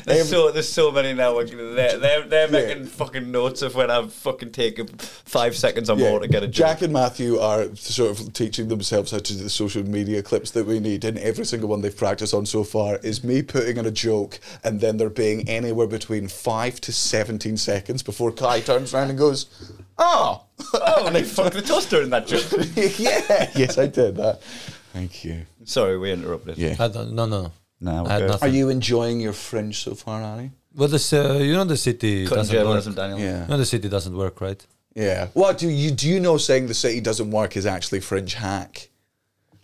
D: there's so there's so many now. like, They're they're, they're making fucking notes of when I've fucking taken five seconds or
A: Yeah.
D: more to get a joke.
A: Jack and Matthew are sort of teaching themselves how to do the social media clips that we need, and every single one they've practiced on so far is me putting in a joke, and then there being anywhere between five to seventeen seconds before Kai turns around and goes, "Oh,
D: oh, and I fucked the toaster in that joke.
A: yeah, yes, I did that." Thank you.
D: Sorry, we interrupted.
A: Yeah.
E: I don't, no, no.
D: No, we're
E: I had
D: good.
E: nothing.
A: Are you enjoying your fringe so far, Annie?
E: Well, this, uh, you know, the city
D: Cutting
E: doesn't work.
D: journalism, Daniel.
A: Yeah.
E: You know, the city doesn't work, right?
A: Yeah. Well, do you do you know saying the city doesn't work is actually fringe hack?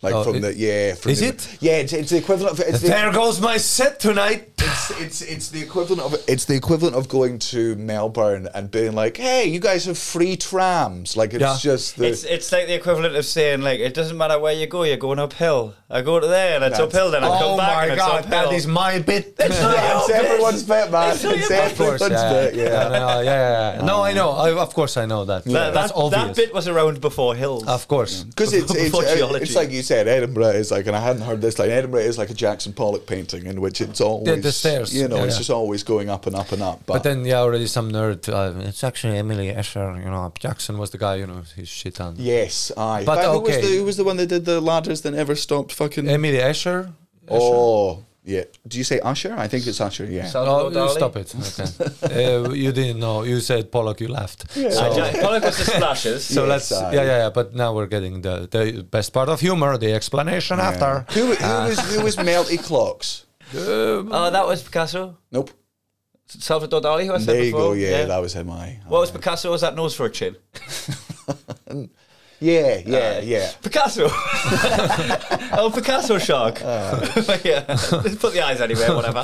A: Like
E: Oh,
A: from
E: it-
A: the yeah. From
E: is
A: the-
E: it?
A: Yeah, it's, it's the equivalent of it's the,
E: There goes my set tonight.
A: it's, it's it's the equivalent of it's the equivalent of going to Melbourne and being like, hey, you guys have free trams. Like it's
E: Yeah.
A: just the
D: It's it's like the equivalent of saying like it doesn't matter where you go, you're going uphill. I go to there and it's
A: That's- Oh
D: uphill, then I come back and it's uphill.
E: Oh that is my bit.
A: Yeah, it's everyone's bet, man. It's,
D: It's not your
E: Of course,
A: everyone's
E: yeah.
A: bet. Yeah.
E: No, no, no, yeah, yeah, yeah. No, I know. I, of course, I know that.
D: That,
E: That's
D: that,
E: obvious.
D: that bit was around before Hills.
A: Ah,
E: of course.
A: Because it's it's,
D: Before
A: uh,
D: geology.
A: it's like you said, Edinburgh is like, and I hadn't heard this line. Edinburgh is like a Jackson Pollock painting in which it's always
E: Yeah, the stairs.
A: You know,
E: Yeah,
A: it's
E: yeah.
A: just always going up and up and up. But,
E: But then, yeah, already some nerd. Uh, it's actually Emily Escher. You know, Jackson was the guy. You know, he's shit on.
A: yes, aye.
E: But
A: But who was
E: okay.
A: the who was the one that did the ladders that never stopped fucking?
E: Emily Escher.
A: oh, yeah. Do you say Usher? I think it's Usher. Yeah.
E: Oh,
D: Salvador
E: you
D: Dali.
E: stop it. Okay. uh, you didn't know. You said Pollock. You laughed.
D: I
E: So,
D: ju- Pollock was the splashes.
E: so
A: Yes,
E: let's.
A: I-
E: yeah, yeah, yeah. But now we're getting the, the best part of humor, the explanation after.
A: who, who was who was Melty Clocks?
D: Oh, that was Picasso.
A: Nope.
D: Salvador Dali, who I said
A: There you
D: before.
A: go. Yeah, that was him. I.
D: What was Picasso? Was that nose for a chin?
A: Yeah, yeah, yeah.
D: Picasso. oh, Picasso shark.
A: Ah.
D: yeah, Just put the eyes anywhere, whatever.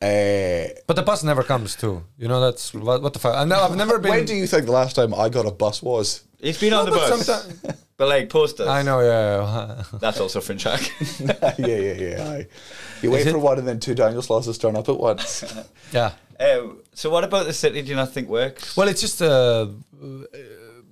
A: Uh,
E: But the bus never comes too. You know that's what, what the fuck. I know I've never been.
A: when do you think the last time I got a bus was?
D: He's been on the
E: but
D: bus,
E: sometime-
D: but like posters.
E: I know. Yeah. yeah.
D: That's also French hack.
A: yeah, yeah, yeah. Aye. You wait for one, and then two Daniel Slosses turn up at once.
E: yeah.
D: um, so, what about the city? Do you not think works?
E: Well, it's just uh,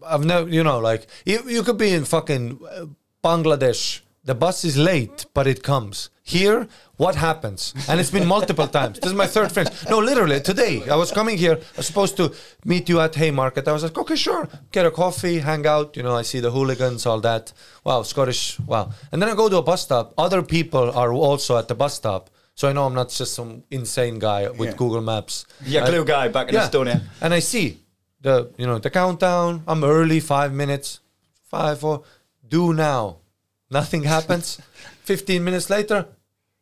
E: I've never, you know, like you, you could be in fucking uh, Bangladesh. The bus is late, but it comes. Here, what happens? And it's been multiple times. This is my third friend. No, literally, today I was coming here. I was supposed to meet you at Haymarket. I was like, okay, sure. Get a coffee, hang out. You know, I see the hooligans, all that. Wow, Scottish. Wow. And then I go to a bus stop. Other people are also at the bus stop. So I know I'm not just some insane guy with
A: Yeah.
E: Google Maps. Uh,
D: yeah,
E: I-
D: glue guy back in Estonia.
E: and I see the you know the countdown. I'm early, five minutes, five four. Do now. Nothing happens. Fifteen minutes later,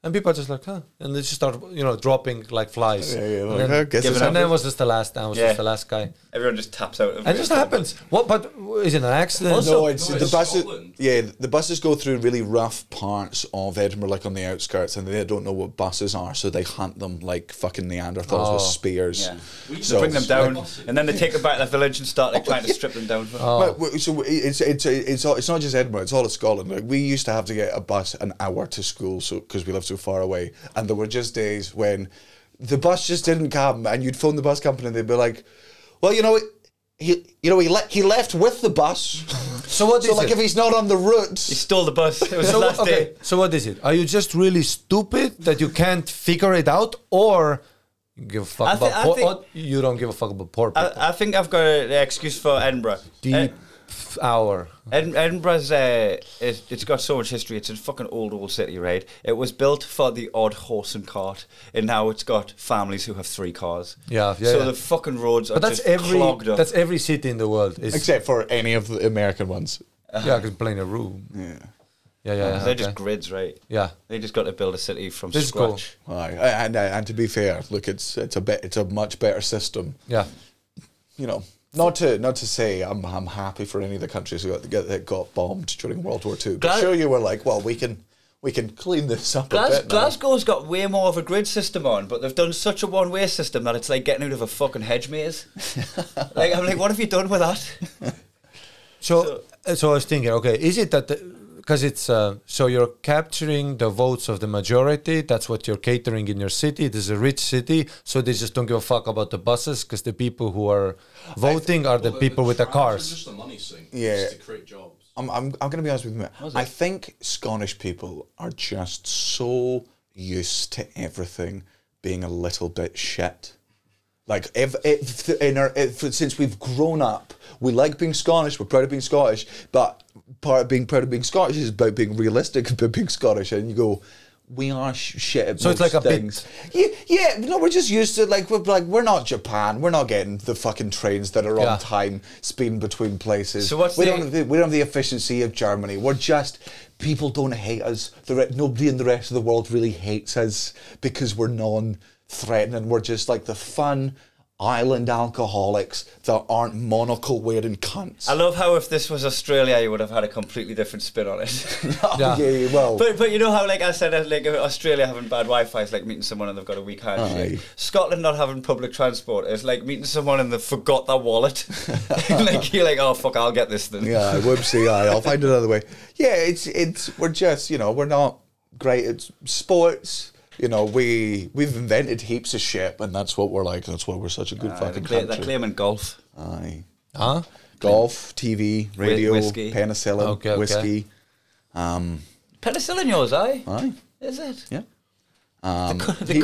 E: and people are just like, huh? And they just start you know dropping like flies.
A: Yeah, yeah,
E: And
A: like,
E: then-
A: I guess
E: and
A: it's
E: then,
A: happened.
E: I was just the last. I was
D: Yeah.
E: just the last guy.
D: Everyone just taps out of
E: And it just happens. What? But is it an accident?
A: no, it's,
F: no,
A: the
F: it's
A: buses.
F: Scotland.
A: Yeah, the buses go through really rough parts of Edinburgh, like on the outskirts, and they don't know what buses are, so they hunt them like fucking Neanderthals with
E: Oh.
A: spears.
D: Yeah.
F: We
A: So-
D: Bring them down, and then they take them back to the village and start like trying to strip them down.
E: Oh.
A: Well, w- so it's it's it's all, it's not just Edinburgh; it's all of Scotland. Like we used to have to get a bus an hour to school, so because we lived so far away, and there were just days when the bus just didn't come, and you'd phone the bus company, and they'd be like, "Well, you know." He, you know, he le- he left with the bus.
E: So what
A: So,
E: is
A: like,
E: it?
A: if he's not on the
D: He
A: route,
D: stole the bus. It was his
E: So
D: last
E: what- okay.
D: day.
E: So what is it? Are you just really stupid that you can't figure it out, or you give a fuck
D: I thi-
E: about
D: I
E: poor?
D: think-
E: or you don't give a fuck about poor people.
D: I, I think I've got an excuse for Edinburgh. Uh,
E: Deep
D: Eh.
E: hour.
D: Ed- Edinburgh's uh, it, it's got so much history. It's a fucking old old city, right? It was built for the odd horse and cart, and now it's got families who have three cars.
E: Yeah, yeah,
D: So
E: yeah.
D: the fucking roads are
E: But that's
D: just
E: every
D: clogged up.
E: that's every city in the world. Is,
A: except for any of the American ones.
E: yeah, I can play in a room.
A: Yeah.
E: Yeah, yeah, yeah.
D: They're
E: okay.
D: just grids, right?
E: yeah.
D: They just got to build a city from
E: This is cool.
D: scratch.
A: Aye. And, and and to be fair, look, it's it's a bit it's a much better system.
E: Yeah.
A: You know, not to not to say I'm I'm happy for any of the countries who got, that got bombed during World War Two. But
D: Gla-
A: sure, you were like, well, we can we can clean this up a
D: Glas-
A: bit. now.
D: Glasgow's got way more of a grid system on, but they've done such a one-way system that it's like getting out of a fucking hedge maze. like I'm like, what have you done with that?
E: So, uh, so I was thinking, okay, is it that because it's uh, so you're capturing the votes of the majority? That's what you're catering in your city. This is a rich city, so they just don't give a fuck about the buses because the people who are voting are the people with the
F: It's
E: cars.
F: just a money thing.
A: Yeah.
F: Just to create jobs.
A: I'm I'm, I'm going to be honest with you. I think Scottish people are just so used to everything being a little bit shit. Like if, if in our if, since we've grown up, we like being Scottish. We're proud of being Scottish, but part of being proud of being Scottish is about being realistic about being Scottish. And you go, we are sh- shit at
E: So it's
A: most
E: like a bit-
A: things. Yeah, yeah, no, we're just used to like we're like we're not Japan. We're not getting the fucking trains that are
E: Yeah.
A: on time, speeding between places.
D: So what's
A: we
D: the-
A: don't have the, we don't have the efficiency of Germany. We're just people don't hate us. The re- nobody in the rest of the world really hates us because we're non-threatening. We're just like the fun island alcoholics that aren't monocle wearing cunts.
D: I love how if this was Australia, you would have had a completely different spin on it.
A: yeah. Oh, yeah, well,
D: But but you know how like I said uh, like uh, Australia having bad Wi-Fi is like meeting someone and they've got a weak handshake.
A: Aye.
D: Scotland not having public transport is like meeting someone and they forgot their wallet. like you're like oh fuck I'll get this then.
A: yeah, whoopsie, aye, I'll find another way. Yeah, it's it's we're just you know we're not great at sports. You know, we we've invented heaps of shit, and that's what we're like. That's why we're such a good
D: Uh, they're,
A: fucking
D: cla- they're
A: country.
D: claiming golf.
A: Aye.
E: Huh?
A: golf, TV, radio,
D: whiskey.
A: penicillin,
E: Okay, okay.
A: whiskey.
D: Penicillin yours, aye?
A: Aye.
D: Is it?
A: Yeah. Um, he-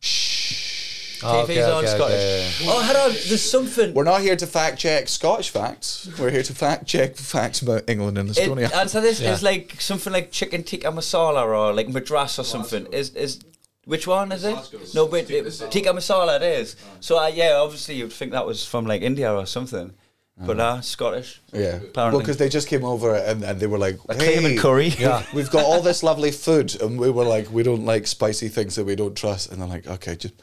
A: Shh.
E: Oh,
D: TV's on Scottish.
H: Oh, hang on. There's something.
A: We're not here to fact check Scottish facts. We're here to fact check facts about England and
D: It,
A: Estonia.
D: answer this
E: Yeah.
D: is like something like chicken tikka masala or like madras or something. Is is which one is it? No, wait, it, tikka masala it is. So uh, yeah, obviously you'd think that was from like India or something, but nah, Scottish.
A: Uh-huh. yeah,
D: apparently.
A: well, because they just came over and, and they were like,
D: A
A: "Hey,
D: claim and curry.
E: Yeah.
A: we've got all this lovely food," and we were like, "We don't like spicy things that we don't trust," and they're like, "Okay, just."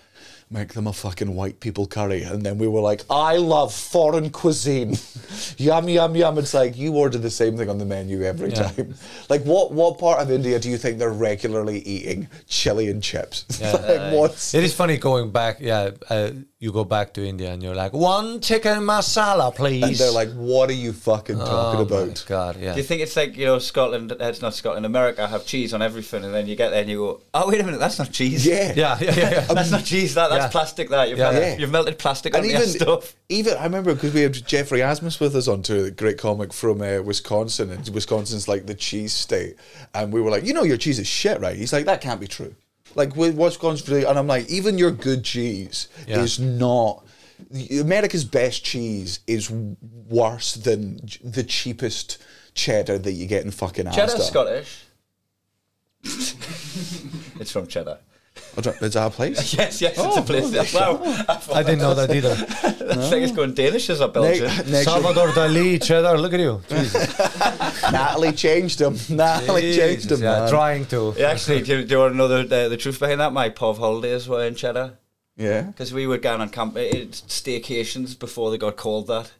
A: Make them a fucking white people curry, and then we were like, "I love foreign cuisine, yum yum yum." It's like you order the same thing on the menu every
E: Yeah.
A: time. Like, what what part of India do you think they're regularly eating chili and chips?
E: Yeah. uh,
A: like, what's
E: It is funny going back. Yeah, uh, you go back to India and you're like, one chicken masala, please.
A: And they're like, "What are you fucking talking
E: oh my
A: about?"
E: God, yeah.
D: Do you think it's like you know Scotland? It's not Scotland. America have cheese on everything, and then you get there and you go, "Oh wait a minute, that's not cheese.
A: Yeah,
E: yeah, yeah, yeah. yeah.
D: that's not cheese. That that's
E: Yeah.
D: plastic. That you've,
E: Yeah.
D: had-
A: Yeah.
D: you've melted plastic
A: And
D: on your
A: even
D: stuff.
A: even I remember because we had Jeffrey Asmus with us on tour, the great comic from uh, Wisconsin, and Wisconsin's like the cheese state, and we were like, "You know, your cheese is shit, right?" He's like, "That can't be true." Like, with Wisconsin, really- and I'm like, "Even your good cheese
E: Yeah.
A: is not." America's best cheese is worse than j- the cheapest cheddar that you get in fucking
D: Cheddar,
A: Asda.
D: Scottish. it's from cheddar.
A: I don't- Is that a place?
D: Yes, yes,
A: Oh,
D: it's a place. That, wow, I,
E: I didn't know that either.
D: think it's going Danish as a
A: Ne-
D: Belgian.
A: next-
E: Salvador Dali, cheddar. Look at you. Jesus.
A: Natalie changed him. Natalie changed him.
E: Jesus, yeah,
A: man.
E: trying to.
D: Yeah, Actually, do, do you want to know the, the, the truth behind that? My Pov holidays were in cheddar
A: yeah.
D: because we were going on camp it- it's staycations before they got called that.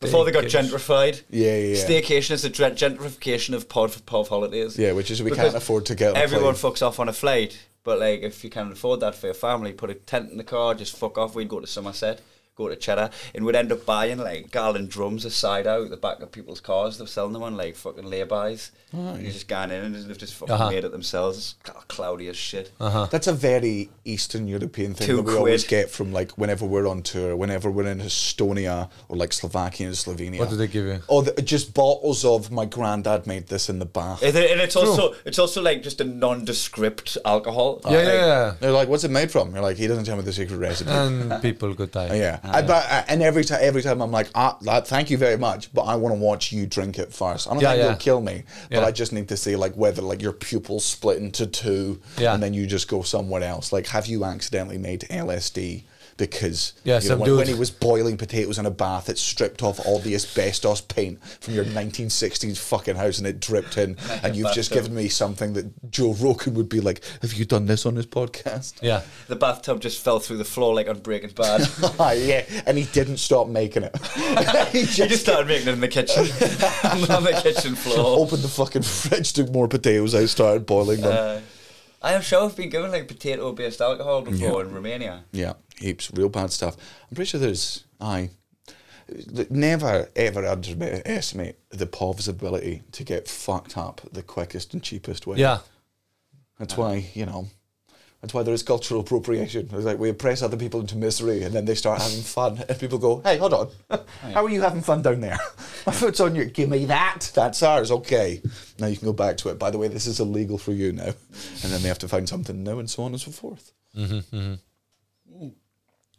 D: Before they got
E: Staycation.
D: gentrified.
A: Yeah, yeah, yeah.
D: Staycation is the dren- gentrification of Pov, Pov holidays.
A: Yeah, which is we
D: Because
A: can't afford to get on a
D: Everyone
A: plane.
D: fucks off on a flight, but like if you can afford that for your family, put a tent in the car, just fuck off. We'd go to Somerset, go to Cheddar, and we'd end up buying like garland drums aside out the back of people's cars. They're selling them on like fucking laybys. And You're just going in and they've just fucking
E: Oh, Uh-huh.
D: made it themselves. It's cl- cloudy as shit.
A: That's a very Eastern European thing
D: Two
A: that we always
D: quid.
A: get from like whenever we're on tour, whenever we're in Estonia or like Slovakia and Slovenia.
E: What do they give you?
A: Oh, the, just bottles of my granddad made this in the bath.
D: And it- and it's also it's also like just a nondescript alcohol.
E: Yeah,
D: Like,
E: yeah,
A: They're like, "What's it made from?" You're like, "He doesn't tell me the secret recipe."
E: yeah. And people could die.
A: yeah, I, but I, and every time, every time I'm like, ah, like, "Thank you very much," but I want to watch you drink it first. I don't
E: Yeah,
A: think
E: yeah.
A: you'll kill me, but
E: Yeah.
A: I just need to see like whether like your pupils split into two,
E: Yeah.
A: and then you just go somewhere else. Like, have you accidentally made LSD? Because
E: Yeah,
A: you
E: some
A: when, when
E: dude-
A: he was boiling potatoes in a bath, it stripped off all the asbestos paint from your 1960s fucking house, and it dripped in. And you've just given me something that Joe Rogan would be like, "Have you done this on his podcast?"
E: Yeah.
D: The bathtub just fell through the floor like on Breaking Bad.
A: Ah, yeah, and he didn't stop making it. he just,
D: he just started making it in the kitchen, on the kitchen floor.
A: opened the fucking fridge, took more potatoes out, started boiling them.
D: Uh, I am sure I've been given like potato based alcohol before in Romania.
A: yeah, heaps, real bad stuff. I'm pretty sure there's, aye. Never ever underestimate the pov's ability to get fucked up the quickest and cheapest way.
E: Yeah.
A: That's why, you know, that's why there is cultural appropriation. It's like we oppress other people into misery and then they start having fun. And people go, hey, hold on. How are you having fun down there? My foot's on you. Give me that. That's ours. Okay. Now you can go back to it. By the way, this is illegal for you now. And then they have to find something new and so on and so forth.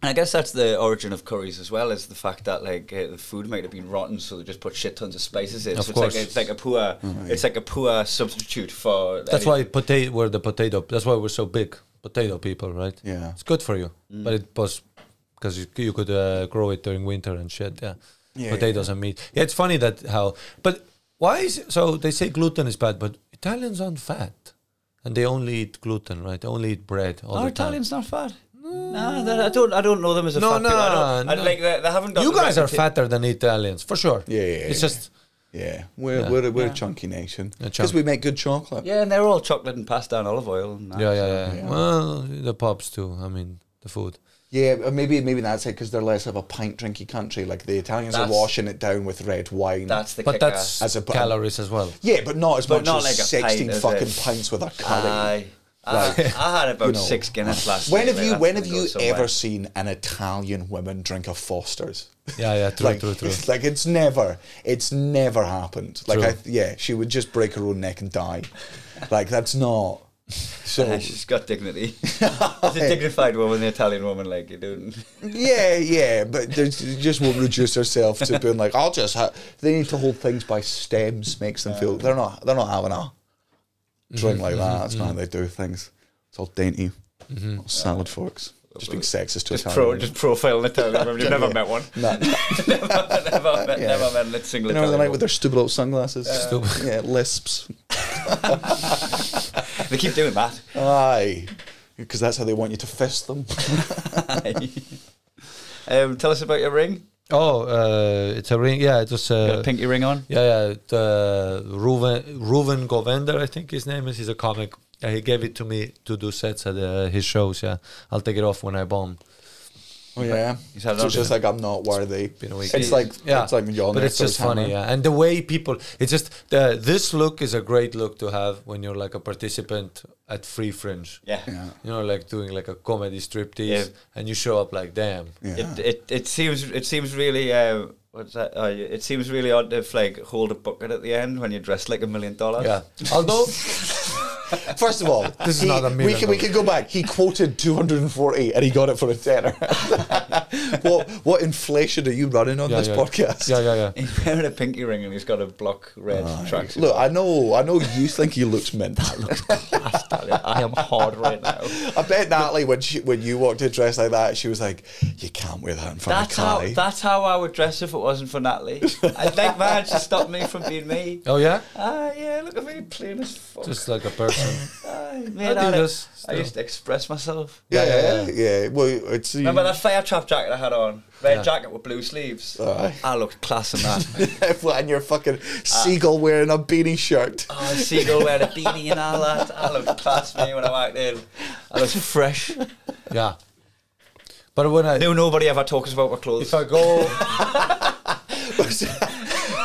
D: And I guess that's the origin of curries as well, is the fact that like uh, the food might have been rotten, so they just put shit tons of spices in.
E: Of
D: so
E: course. Oh,
D: it's like it's like a poor, it's like a poor substitute for.
E: That's
D: any-
E: why potato. We're the potato. That's why we're so big. Potato people, right?
A: Yeah. Mm.
E: It's good for you, but it was because you, you could uh, grow it during winter and shit. Yeah. Potatoes and meat. Yeah, it's funny that how. But why is so? They say gluten is bad, but Italians aren't fat, and they only eat gluten, right? They only eat bread all
D: Are
E: the time.
D: Italians not fat? No, that- I don't. I don't know them as a
E: No,
D: fat people. I don't,
E: no,
D: I-
E: no.
D: like they, they haven't got.
E: you
D: the
E: guys are
D: reputa-
E: fatter than Italians for sure.
A: Yeah, yeah,
E: It's
A: yeah.
E: just
A: Yeah. We're, We're, a, we're a chunky nation. Because we make good chocolate.
D: Yeah, and they're all chocolate and pasta and olive oil. And that.
E: yeah, yeah, yeah, Well, the pubs too. I mean, the food.
A: Yeah, or maybe maybe that's it because they're less of a pint drinky country. Like the Italians are
D: That's-
A: washing it down with red wine.
D: That's the.
E: But
D: kicker.
E: that's
A: As a-
E: calories as well.
A: yeah, but not as
D: But
A: much
D: not
A: as
D: like a
A: sixteen
D: pint, is
A: fucking
D: it?
A: pints with a curry.
D: I, I, I had about
A: You know.
D: six Guinness last.
A: When have
D: night, mate.
A: you
D: That's
A: when have
D: gonna go
A: you
D: somewhere.
A: ever seen an Italian woman drink a Foster's?
E: Yeah, yeah, true,
A: like,
E: true, true.
A: It's like it's never, it's never happened. Like,
E: True.
A: I, yeah, she would just break her own neck and die. like that's not. So
D: Yeah, she's got dignity. she's a dignified woman, the Italian woman, like you don't.
A: yeah, yeah, but there's- she just won't reduce herself to being like, I'll just. Ha-. They need to hold things by stems. Makes them feel they're not. They're not having a
E: Mm-hmm,
A: drink like that. That's not how they do things. It's all dainty,
E: Mm-hmm.
A: Little salad forks. Just being sexist to
D: Just, pro,
A: Italian.
D: just profile an Italian woman. You've never met one.
A: Nah.
D: never, met, never met a single
A: You know, they're like
D: Italian
A: with
D: woman.
A: their stupid little sunglasses.
E: Stupid.
A: Yeah, lisps.
D: They keep doing that.
A: Aye. Because that's how they want you to fist them.
D: um, tell us about your ring.
E: Oh, uh, it's a ring. Yeah, it was. Uh,
D: Got a pinky ring on.
E: Yeah, yeah. it, uh, Ruven Ruven Govender, I think his name is. He's a comic. Yeah, he gave it to me to do sets at uh, his shows. Yeah, I'll take it off when I bomb.
A: Oh, yeah.
D: He's
A: So
D: had
A: it's
D: enough.
A: just like I'm not worthy.
E: been a week.
A: It's like
E: Yeah,
A: it's like your
E: but it's
A: neck
E: just
A: goes
E: funny,
A: Oh, hammer.
E: yeah. And the way people, it's just the, this look is a great look to have when you're like a participant at Free Fringe.
D: Yeah.
E: you know, like doing like a comedy striptease,
D: Yeah.
E: and you show up like, damn.
A: Yeah.
D: It, it it seems it seems really uh, what's that? Oh, yeah, it seems really odd to like hold a bucket at the end when you're dressed like a million dollars.
E: Yeah. Although
A: First of all,
E: This is not a
A: we
E: million
A: can we can go back. He quoted 240 and he got it for a tenner. what what inflation are you running on
E: yeah,
A: this
E: yeah.
A: podcast?
E: Yeah, yeah, yeah.
D: He's wearing a pinky ring and he's got a block red tracksuit.
A: Oh, Look, I know I know you think he looks mint.
D: I am hard right now.
A: I bet Natalie when she, when you walked in dressed like that, she was like, "You can't wear that in front
D: That's
A: of
D: how
A: Callie."
D: that's how I would dress if it wasn't for Natalie. I'd like man to stop me from being me.
E: Oh yeah,
D: Ah yeah, look at me plain as fuck.
E: just like a person.
D: Ah,
E: I
D: mate,
E: do
D: I,
E: this
D: I
E: still.
D: used to express myself.
A: yeah,
E: Yeah,
A: yeah,
E: yeah,
A: yeah, Well, it's you,
D: Remember that fire trap jacket I had on? Red jacket with blue sleeves.
E: Uh.
A: Aye.
D: I looked class in that.
A: and your fucking seagull wearing a beanie shirt.
D: oh, seagull wearing a beanie and all that. I looked class me when I walked in. I looked fresh.
E: yeah. But when I
D: Knew nobody ever talks about my clothes.
E: if I go,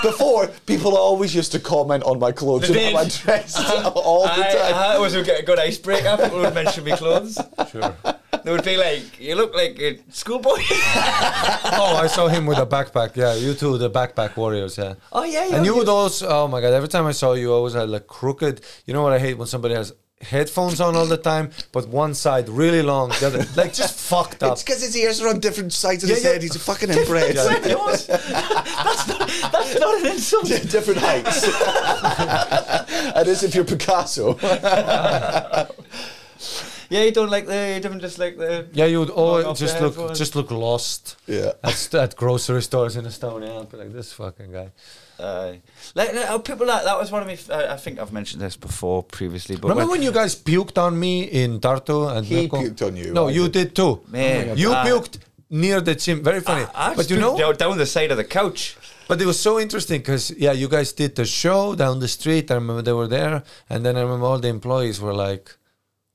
A: Before, people always used to comment on my clothes and
D: They
A: how I
D: did.
A: dressed all the
D: I,
A: time.
D: I always would get a good icebreaker. People would mention me clothes.
E: sure.
D: They would be like, "You look like a schoolboy."
E: Oh, I saw him with a backpack. Yeah, you two, the backpack warriors. Yeah.
D: oh yeah,
E: And you would also, oh my god! Every time I saw you, you always had like crooked. You know what I hate when somebody has headphones on all the time, but one side really long, the other like just fucked up.
A: It's because his ears are on different sides of
E: Yeah,
A: his
E: yeah.
A: head. He's a fucking inbred.
D: Wait, yours? that's, not, that's not an insult.
A: different heights. it is if you're Picasso.
D: Yeah, you don't like the. You don't just like the.
E: Yeah, you would
D: off
E: always
D: the
E: just look
D: headphones.
E: just look lost
A: Yeah.
E: at, st- at grocery stores in Estonia. I'd be like this fucking guy.
D: Aye. like uh, people like that was one of my. f- I, I think I've mentioned this before previously, but
E: Remember when you guys puked on me in Tartu and
A: He
E: Mirko?
A: puked on you.
E: No,
A: I Oh
E: you did, too.
D: Man,
E: you
A: Ah.
D: uh,
E: puked near the gym. Very funny.
D: I
E: but you know,
D: down, down the side of the couch.
E: But it was so interesting because yeah, you guys did the show down the street. I remember they were there, and then I remember all the employees were like,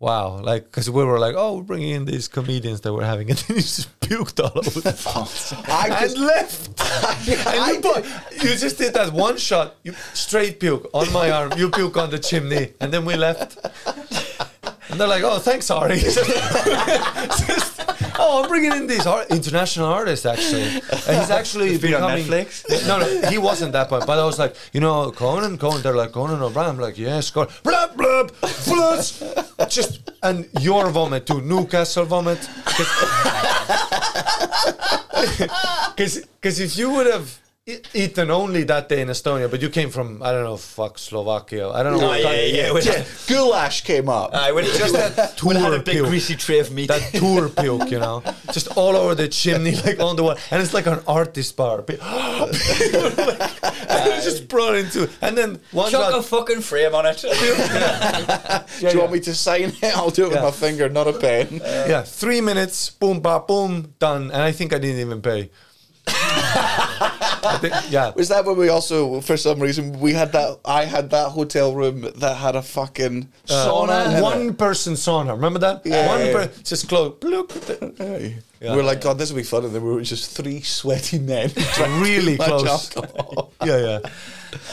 E: "Wow!" Like because we were like, "Oh, we're bringing in these comedians that were having," and then you just puked all over the place
A: I just-
E: and left.
A: I
E: and you, bu- you just did that one shot. You straight puke on my arm. You puke on the chimney, and then we left. And they're like, "Oh, thanks, Ari." Just, oh, I'm bringing in this art, international artist actually. And he's actually
D: It's been on
E: becoming-
D: Netflix?
E: No, no, he wasn't that point. But I was like, you know, Conan, Conan. They're like Conan O'Brien. I'm like, yes, Conan. Blah blah blah. Just and your vomit too, Newcastle vomit. Because if you would have e- eaten only that day in Estonia, but you came from, I don't know, fuck, Slovakia. I don't know. what country-
A: Yeah, goulash came up.
D: I would just that
E: tour
D: had a big
E: puke.
D: greasy tray of meat.
E: That tour puke, you know, just all over the chimney, like on the wall, and it's like an artist bar. Pe- and it was just brought into, and then one
D: Chuck a
E: shot-
D: fucking frame on it.
A: Do you want me to sign it? I'll do it with
E: Yeah.
A: my finger, not a pen.
E: yeah, three minutes, boom, ba, boom, done, and I think I didn't even pay. I think, yeah,
A: Was that when we also, for some reason, we had that? I had that hotel room that had a fucking sauna. in it.
E: Uh, one person sauna. Remember that?
A: Yeah,
E: one
A: yeah,
E: per- just close. Bloop.
A: Aye. We were like, God, this will be fun, and then we were just three sweaty men. drinking
E: really
A: much
E: close.
A: alcohol.
E: yeah, yeah.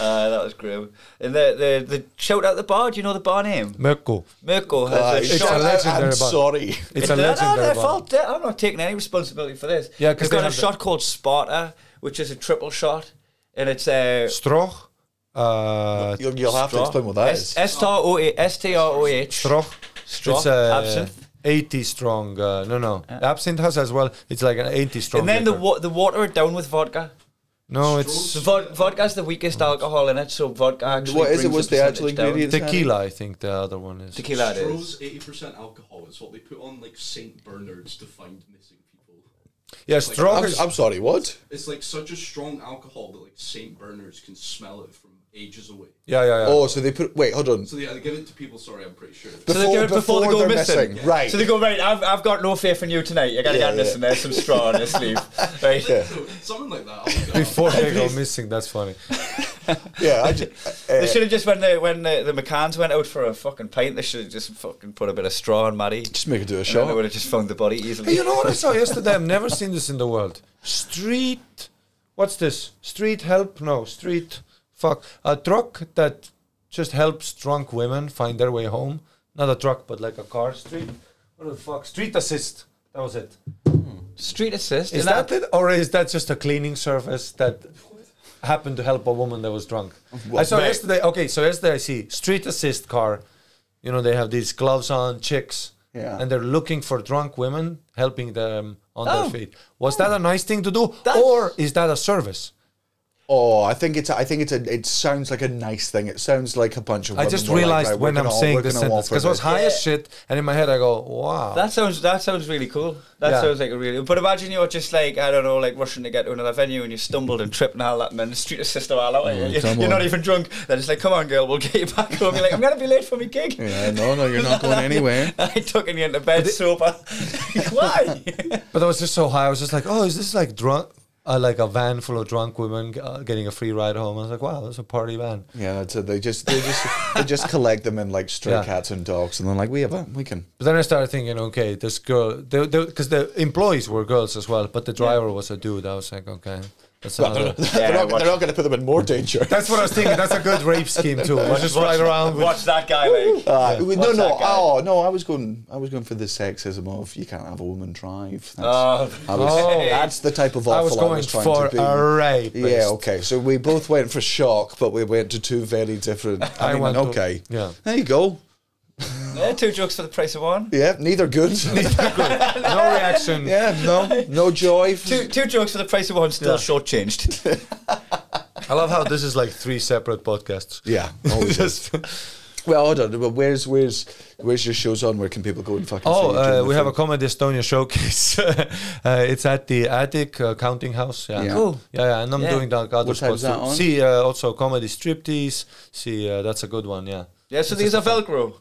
D: Ah, that was grim. And the, the the shout out the bar. Do you know the bar name?
E: Mirko.
D: Mirko has
A: Aye.
D: a
A: It's
D: shot.
E: Uh, a
A: I-
E: legendary
A: I'm
E: bar.
A: sorry.
E: It's
D: They're
E: a
D: not
A: Ah,
E: legendary
D: their
E: bar.
D: fault. They're- I'm not taking any responsibility for this.
E: Yeah,
D: they've
E: 'cause
D: got
E: they
D: a
E: have the-
D: shot called Sparta, which is a triple shot, and it's uh,
E: Stroh? Uh,
A: You'll, you'll have to explain what that is.
D: S T R O A S T R O H.
E: Stroh.
D: Straw,
E: It's uh, a
D: absinthe.
E: 80 strong. Uh, no, no. Absinthe has as well. It's like an 80 strong.
D: And then the
E: liquor.
D: wa- the water it down with vodka.
E: no, it's
D: The vod- vodka's the weakest alcohol in it, so vodka actually
A: what is it?
D: brings
A: What's
D: the,
A: the actual
D: percentage down.
A: ingredient?
E: tequila. I think the other one is.
D: Tequila it is.
F: Stroh's 80% alcohol. It's what they put on like St. Bernard's to find missing people.
E: Yeah,
A: I'm,
E: strong. is-
A: I'm sorry, what?
F: It's like such a strong alcohol that like St. Bernard's can smell it from ages away.
E: Yeah, yeah, yeah.
A: Oh, so they put. Wait, hold on.
F: So yeah, they give it to people, sorry, I'm pretty sure.
D: So they do it before they go
A: they're
D: missing.
A: Right.
D: So they go, right, I've, I've got no faith in you tonight. You gotta
A: Yeah,
D: get this
A: yeah.
D: and there's some straw on your sleeve. Right.
F: So, something like that. I'll look it up.
E: Before they go missing, that's funny.
A: yeah, I ju- uh,
E: Uh,
D: They should have just when the when the, the McCanns went out for a fucking pint, they should have just fucking put a bit of straw on Maddie.
A: just make it do a
D: And then they
A: shot.
D: would have just found the body
E: Hey,
D: easily.
E: you know what I saw yesterday? I've never seen this in the world. Street. What's this? Street help? No, street. Fuck. A truck that just helps drunk women find their way home. Not a truck, but like a car. Street. What the fuck? Street assist. That was it.
D: Street assist.
E: Is
D: and
E: that it, or is that just a cleaning service that happened to help a woman that was drunk? I saw yesterday. Okay, so yesterday I see street assist car. You know they have these gloves on, chicks,
A: Yeah.
E: and they're looking for drunk women, helping them on
D: Oh.
E: their feet. Was that a nice thing to do,
D: That's-
E: or is that a service?
A: Oh, I think it's. I think it's. A, it sounds like a nice thing. It sounds like a bunch of.
E: I
A: women
E: just
A: were like,
E: realized
A: right, we're
E: when I'm
A: gonna-
E: saying
A: we're
E: this
A: gonna
E: sentence
A: offer
E: because it was
A: this.
E: high as shit, and in my head I go, "Wow,
D: That sounds that sounds really cool. That
E: Yeah.
D: sounds like a really. But imagine you're just like I don't know, like rushing to get to another venue and you stumbled and tripped and all that, and then the street assist are all out. at you.
A: come
D: you're not
A: on.
D: even drunk. Then it's like, come on, girl, we'll get you back home. You're like, I'm gonna be late for my gig.
A: Yeah, no, no, you're not going anywhere.
D: I took you into bed sober. Why?
E: But I was just so high. I was just like, oh, is this like drunk? Uh, like a van full of drunk women uh, getting a free ride home. I was like, wow, that's a party van.
A: Yeah, that's it. They just, they just, they just collect them in like stray
E: Yeah.
A: cats and dogs, and they're like, we have a, we can.
E: But then I started thinking, okay, this girl, because the employees were girls as well, but the driver was a dude. I was like, okay, that's another.
A: they're not,
D: watch-
A: they're not going to put them in more danger.
E: That's what I was thinking. That's a good rape scheme too. I just ride around with.
D: Watch that guy, like.
A: Uh, we- no,
D: What's
A: no,
D: that guy?
A: oh no! I was going, I was going for the sexism of you can't have a woman drive. That's,
D: Oh.
A: I was,
E: Oh.
A: that's the type of awful
E: I
A: I
E: was
A: was,
E: going
A: trying
E: for
A: to be.
E: a rapist.
A: Yeah, okay. So we both went for shock, but we went to two very different. I,
E: I
A: mean,
E: went to-
A: okay.
E: yeah.
A: There you go.
D: Yeah, two jokes for the price of one.
A: Yeah, neither good.
E: No reaction.
A: yeah, no, no joy.
D: Two, two jokes for the price of one, still shortchanged.
E: I love how this is like three separate podcasts.
A: Yeah, always is. Well, hold on. But where's where's where's your shows on? Where can people go and fucking? see you during
E: Oh, uh,
A: the
E: we have
A: thing?
E: a Comedy Estonia showcase. uh, it's at the Attic uh, Counting House. Yeah.
A: Yeah.
E: Yeah.
A: Cool.
E: yeah, and I'm
D: Yeah.
E: doing that other
A: What time's
E: spots
A: that
E: too.
A: on?
E: See, uh, also Comedy Striptease. See, uh, that's a good one, yeah.
D: yeah, so these are Velcro.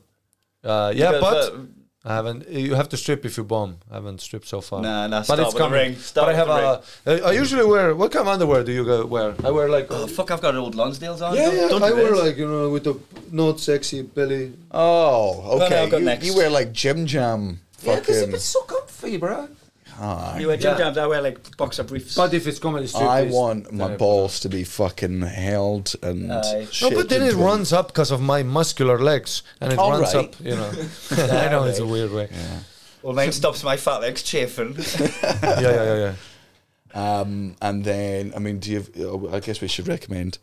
E: Uh, yeah,
D: Because, uh,
E: but I haven't. You have to strip if you bomb. I haven't stripped so far.
D: uh, Nah, nah,
E: But
D: start
E: it's
D: with the
E: coming.
D: ring. Start
E: but I
D: with
E: have
D: the
E: a. uh, I usually wear. What kind of underwear do you go wear? I wear like.
D: Oh, fuck, I've got old Lonsdale's on.
E: yeah,
D: Don't-
E: yeah.
D: don't
E: I
D: do
E: wear
D: this.
E: like you know with the not sexy belly.
A: Oh, okay.
D: I've got
A: you,
D: next.
A: you wear like Jim Jam. Fucking. Ah.
E: so comfy, bro.
D: You wear gym jams, I wear like boxer briefs.
E: But if it's comedy strip,
A: I
E: please.
A: want my balls to be fucking held and.
D: Aye.
E: No,
A: shaped
E: but then it
A: into them.
E: runs up because of my muscular legs, and it
A: All
E: runs
A: right.
E: up. You know, I know it's a weird way.
D: well, mine stops my fat legs chafing.
E: Yeah, yeah, yeah. yeah.
A: Um, and then I mean, do you? Have, I guess we should recommend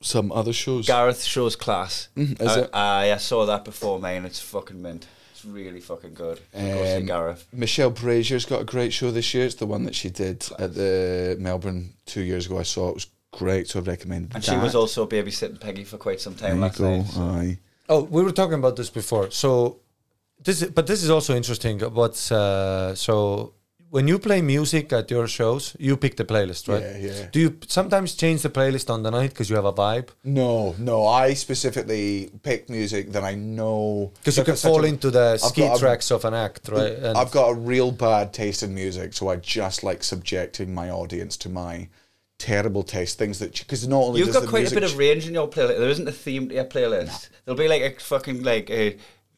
A: some other shows.
D: Gareth shows class.
A: is
D: I,
A: it?
D: Aye, I saw that before, man. It's fucking mint. It's really fucking good. So go see
A: Um,
D: Gareth.
A: Michelle Brazier's got a great show this year. It's the one that she did at the Melbourne two years ago. I saw it, It was great, so I recommend
D: And
A: that.
D: she was also babysitting Peggy for quite some
A: there
D: time
A: you
D: last
A: go.
D: night. so-
A: Aye.
E: Oh, we were talking about this before. So this, is, but this is also interesting. What's uh, so when you play music at your shows, you pick the playlist, right?
A: Yeah, yeah.
E: Do you p- sometimes change the playlist on the night because you have a vibe?
A: No, no. I specifically pick music that I know
E: Because you
A: I've
E: can
A: got such
E: fall
A: a-
E: into the
A: I've
E: ski
A: got a-
E: tracks of an act, right? And
A: I've got a real bad taste in music, so I just like subjecting my audience to my terrible taste. Things that because not only
D: You've
A: does
D: got
A: the
D: quite a
A: music
D: bit of range in your playlist. There isn't a theme to your playlist. There'll be like a fucking like a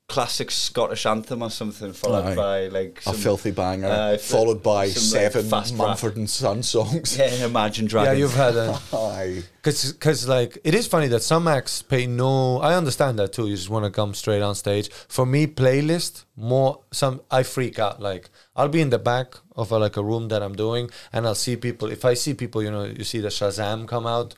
D: classic Scottish anthem or something followed
A: Aye.
D: by like
A: a
D: some,
A: filthy banger,
D: Aye, f-
A: followed by
D: Uh, some, like,
A: seven
D: fast rap.
A: Mumford and Son songs.
D: Yeah, Imagine
E: yeah,
D: Dragons.
E: you've had a.
A: Aye.
E: Cause, cause, like it is funny that some acts pay no. I understand that too. You just want to come straight on stage. For me, playlist more. Some I freak out. Like I'll be in the back of a, like a room that I'm doing, and I'll see people. If I see people, you know, you see the Shazam come out.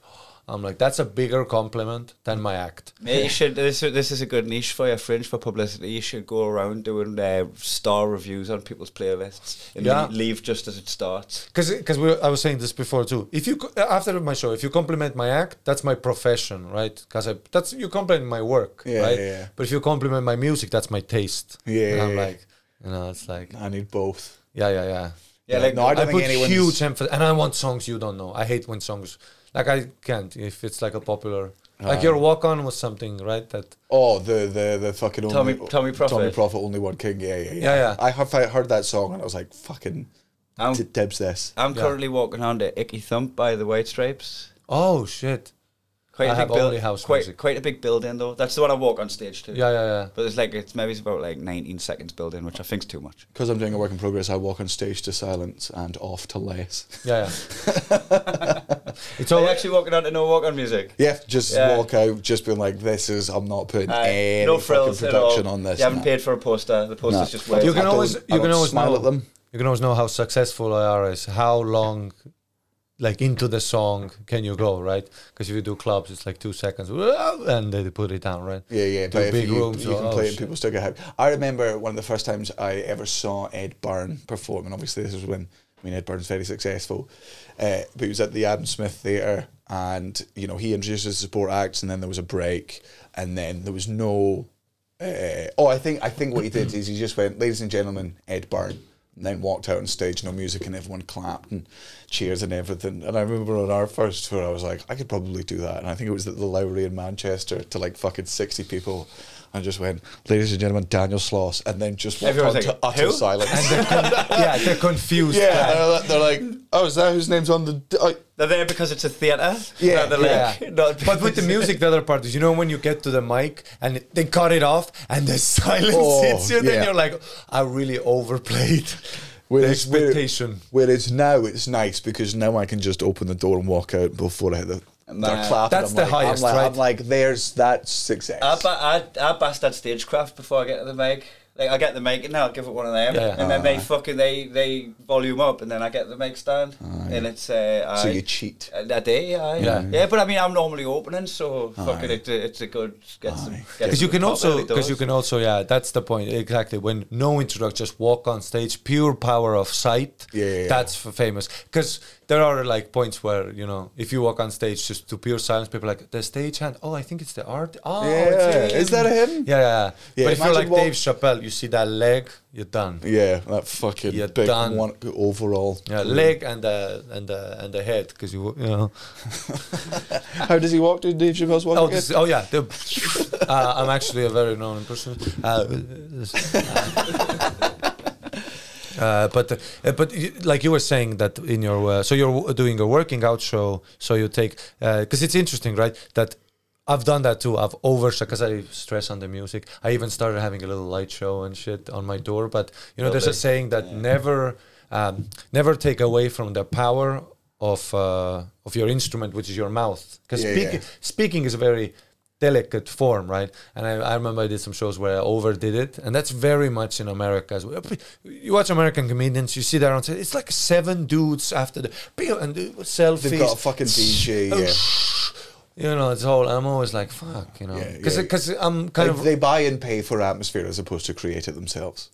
E: I'm like, that's a bigger compliment than my act.
D: Mate, you should. This, this is a good niche for your fringe for publicity. You should go around doing uh, star reviews on people's playlists and
E: Yeah.
D: le- leave just as it starts.
E: Because because I was saying this before too. If you co- after my show, if you compliment my act, that's my profession, right? Because I that's you compliment my work,
A: Yeah,
E: right?
A: yeah, yeah.
E: But if you compliment my music, that's my taste.
A: Yeah,
E: and
A: yeah,
E: I'm
A: yeah.
E: like, you know, it's like,
A: I need both.
E: yeah, yeah, yeah.
D: Yeah, like
A: no, I
E: I,
A: don't think
E: put
A: anyone's
E: huge emphasis, and I want songs you don't know. I hate when songs like I can't if it's like a popular like
A: Uh.
E: your walk on was something, right? That
A: Oh, the the the fucking
D: Tommy-
A: only,
D: Tommy Prophet.
A: Tommy Prophet, only one king. Yeah, yeah, yeah.
E: Yeah, yeah.
A: I have I heard that song and I was like, fucking,
D: I'm,
A: d- dibs this.
D: I'm currently walking on to Icky Thump by the White Stripes.
E: oh shit,
D: Quite
E: I
D: a
E: have
D: big buil-
E: only house
D: quite,
E: music.
D: quite a big building though. That's the one I walk on stage to.
E: yeah, yeah, yeah.
D: But it's like it's maybe it's about like 19 seconds building, which I think's too much.
A: Because I'm doing a work in progress, I walk on stage to silence and off to less.
E: Yeah, yeah. it's
D: So
E: all
D: we're actually walking on to no walk on music.
A: Yeah, just
D: Yeah.
A: walk out, just being like, this is, I'm not putting
D: Aye,
A: any
D: Uh, no
A: fucking
D: frills at all.
A: production on this.
D: You haven't
A: nah.
D: paid for a poster. The poster's
A: Nah.
D: just
E: you
D: waiting.
E: can
A: I
E: always
A: don't- I
E: you can
A: don't
E: always
A: smile
E: know,
A: at them.
E: You can always know how successful I are is how long, like into the song, can you go right? Because if you do clubs, it's like two seconds, and they put it down, right?
A: Yeah, yeah,
E: Do
A: but
E: big
A: if you,
E: rooms,
A: you
E: oh,
A: can play it
E: shit.
A: and people still get hyped. I remember one of the first times I ever saw Ed Byrne perform, and obviously this was when I mean Ed Byrne's very successful, uh, but he was at the Adam Smith Theatre, and you know he introduced his support acts, and then there was a break, and then there was no. Uh, oh, I think I think what he did is he just went, ladies and gentlemen, Ed Byrne. And then walked out on stage, no music, and everyone clapped and cheers and everything. And I remember on our first tour, I was like, I could probably do that. And I think it was at the Lowry in Manchester to like fucking 60 people. And just went, ladies and gentlemen, Daniel Sloss. And then just walked
D: Everyone's
A: on
D: like,
A: to utter
D: "Who?"
A: silence.
E: yeah, they're confused.
A: yeah, they're, li- they're like, oh, is that whose name's on the. d- oh,
D: They're there because it's a theatre.
A: Yeah,
D: Not the
E: Yeah.
D: lake. Not
E: but with the music, the other part is you know when you get to the mic and it- they cut it off and the silence
A: Oh,
E: hits you, then
A: yeah.
E: you're like, I really overplayed the
A: whereas- where-
E: expectation.
A: Whereas now it's nice because now I can just open the door and walk out before I hit the. They're clapping.
E: That's
A: I'm
E: the
A: like,
E: highest,
A: I'm like,
E: right?
A: I'm like, there's that success.
D: I, ba- I, I bastard stagecraft before I get to the mic. Like I get the mic and I'll give it one of them,
E: Yeah.
D: and then they fucking they they volume up, and then I get the mic stand, and it's uh,
A: so
D: aye.
A: you cheat.
D: Uh, That day, aye.
E: Yeah.
D: yeah, But I mean, I'm normally opening, so fucking it's a, it's a good gets some.
E: Because you can also, because you can also, yeah, that's the point exactly. When no introduction, just walk on stage, pure power of sight.
A: Yeah, yeah, yeah.
E: that's f- famous. Because there are like points where you know, if you walk on stage just to pure silence, people are like the stagehand. Oh, I think it's the art. Oh,
A: Yeah,
E: it's
A: is that him?
E: Yeah,
A: Yeah,
E: yeah. but if you're
A: imagine
E: like
A: walk-
E: Dave Chappelle, you see that leg, you're done.
A: Yeah, that fucking
E: You're
A: big
E: done.
A: one overall.
E: Yeah, leg and the and the and the head, because you you know.
A: How does he walk? Did Dave Chappelle's walk?
E: Oh,
A: again?
E: this, oh yeah. The, uh, I'm actually a very known person. Uh, uh, but uh, but you, like you were saying that in your uh, so you're w- doing a working out show, so you take because it's interesting, right? That I've done that too. I've over because I stress on the music. I even started having a little light show and shit on my door. But you know, there's a saying that never um, never take away from the power of uh, of your instrument, which is your mouth, because
A: Yeah,
E: speak,
A: yeah.
E: speaking is a very delicate form, right? And I, I remember I did some shows where I overdid it, and that's very much in America as well. You watch American comedians, you sit there and say, it's like seven dudes after the and the selfies.
A: They've got a fucking DJ. Yeah.
E: You know, it's all. I'm always like, fuck, you know,
A: Yeah,
E: because
A: yeah.
E: I'm
A: They,
E: kind of
A: they buy and pay for atmosphere as opposed to create it themselves.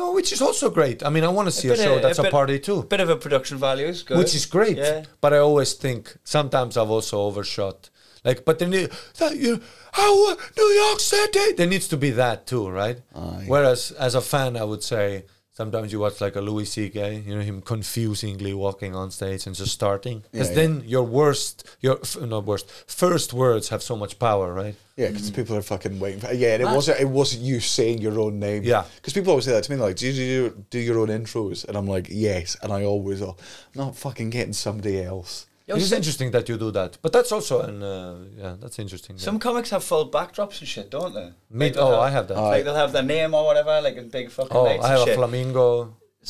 E: no, which is also great. I mean, I want to see a, show that's a, party too,
D: Bit of a production value is good,
E: which is great.
D: Yeah.
E: But I always think sometimes I've also overshot. Like, but then you, that you, how uh, New York City? There needs to be that too, right?
A: Aye.
E: Whereas as a fan, I would say sometimes you watch like a Louis C.K. You know him confusingly walking on stage and just starting, because
A: Yeah, yeah.
E: then your worst, your f- not worst, first words have so much power, right?
A: Yeah,
D: Mm.
A: because people are fucking waiting for. Yeah, and it wasn't. It wasn't you saying your own name.
E: Yeah.
A: because people always say that to me. Like, do you do, do your own intros? And I'm like, yes. And I always, oh, I'm not fucking getting somebody else.
E: it is interesting that you do that, but that's also an uh, yeah, that's interesting. yeah.
D: Some comics have full backdrops and shit, don't they?
E: Me-
D: they'll
E: oh, I have that.
D: Like they'll have their name or whatever, like in big fucking
E: oh,
D: lights
E: I
D: and
E: have a
D: shit.
E: flamingo.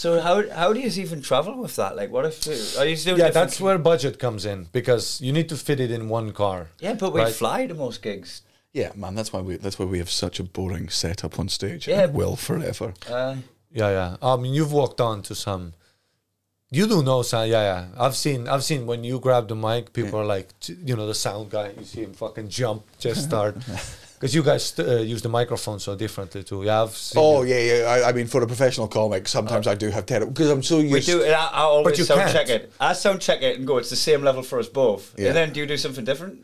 D: so how how do you even travel with that? Like, what if uh, are you doing?
E: Yeah,
D: different-
E: that's where budget comes in because you need to fit it in one car.
D: Yeah, but we
E: Right.
D: fly to most gigs.
A: Yeah, man. That's why we. That's why we have such a boring setup on stage.
D: Yeah.
A: and will forever.
D: Uh,
E: Um, Yeah, yeah. I mean, you've walked on to some You do know sound, yeah, yeah. I've seen, I've seen when you grab the mic, people are like, t- you know, the sound guy. You see him fucking jump, just start, because you guys uh, use the microphone so differently too. Yeah, I've seen.
A: Oh
E: it.
A: yeah, yeah. I, I mean, for a professional comic, sometimes I do have terrible because I'm so used.
D: Uh, We do, and I, I always
E: you
D: sound
E: can't.
D: check it. I sound check it and go, it's the same level for us both.
A: Yeah.
D: And then do you do something different?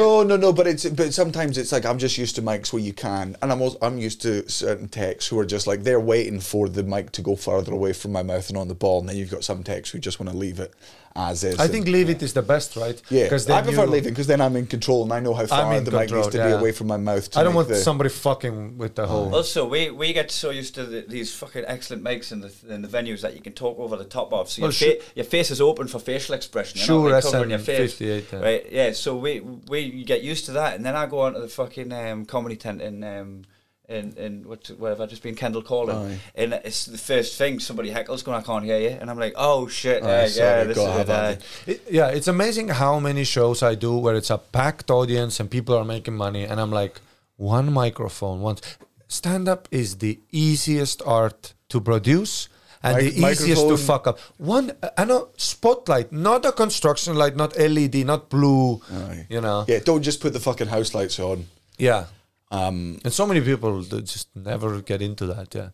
A: No, no, no. But it's but sometimes it's like I'm just used to mics where you can, and I'm also, I'm used to certain techs who are just like they're waiting for the mic to go further away from my mouth and on the ball, and then you've got some techs who just want to leave it as is.
E: I
A: and-
E: think leave it is the best, right?
A: Yeah,
E: then
A: I prefer
E: you-
A: leaving because then I'm in control and I know how far
E: in
A: the mic
E: control,
A: needs to be
E: yeah.
A: away from my mouth. To
E: I don't
A: make
E: want
A: the, Oh.
E: somebody fucking with the whole.
D: Also, we, we get so used to the, these fucking excellent mics in the in the venues that you can talk over the top of. So your,
E: Well, sure.
D: fa- your face is open for facial expression. You're
E: Sure,
D: not like, covering your
E: SM
D: face.
E: 58, yeah.
D: Right? Yeah. So we we you get used to that, and then I go onto the fucking um, comedy tent in. Um, in, in what, where have I just been Kendall calling? And it's the first thing somebody heckles going, I can't hear you. And I'm like, oh shit, yeah,
A: sorry,
D: yeah, this
A: go
D: is
A: have
D: it.
A: at
D: aye."
A: it.
E: It- yeah, it's amazing how many shows I do where it's a packed audience and people are making money, and I'm like, one microphone, once. Stand up is the easiest art to produce and
A: Mic-
E: the easiest to
A: microphone.
E: fuck up. One, I know, spotlight, not a construction light, not LED, not blue,
A: Aye.
E: you know.
A: Yeah, don't just put the fucking house lights on.
E: Yeah. and so many people that just never get into that. Yeah.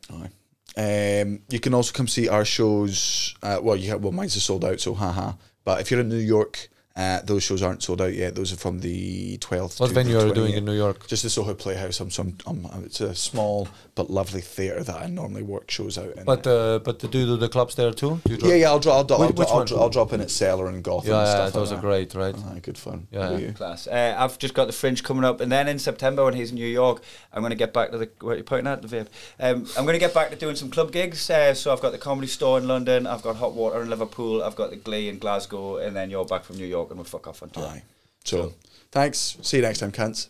A: Um, you can also come see our shows. Uh, well, you have, well, mine's are sold out, so haha. But if you're in New York, uh, those shows aren't sold out yet. Those are from the 12th.
E: What
A: to
E: venue
A: the
E: are you doing
A: 20th.
E: in New York?
A: Just the Soho Playhouse. I'm some. I'm, it's a small but lovely theatre that I normally work shows out in.
E: But uh, but do you do the clubs there too? Do you
A: yeah, yeah, I'll drop. I'll, dro- I'll,
E: Which-
A: dro-
E: which
A: I'll,
E: one?
A: dro- I'll drop in at Cellar and Gotham.
E: Yeah,
A: and
E: yeah,
A: stuff
E: those
A: like
E: are
A: that.
E: great, right?
A: Ah, good fun.
E: Yeah.
A: What about you?
D: class. Uh, I've just got the Fringe coming up, and then in September when he's in New York, I'm going to get back to the what are you pointing at the vape. Um, I'm going to get back to doing some club gigs. Uh, so I've got the Comedy Store in London, I've got Hot Water in Liverpool, I've got the Glee in Glasgow, and then you're back from New York, and we'll fuck off on tour.
A: Aye. So, thanks. See you next time, cunts.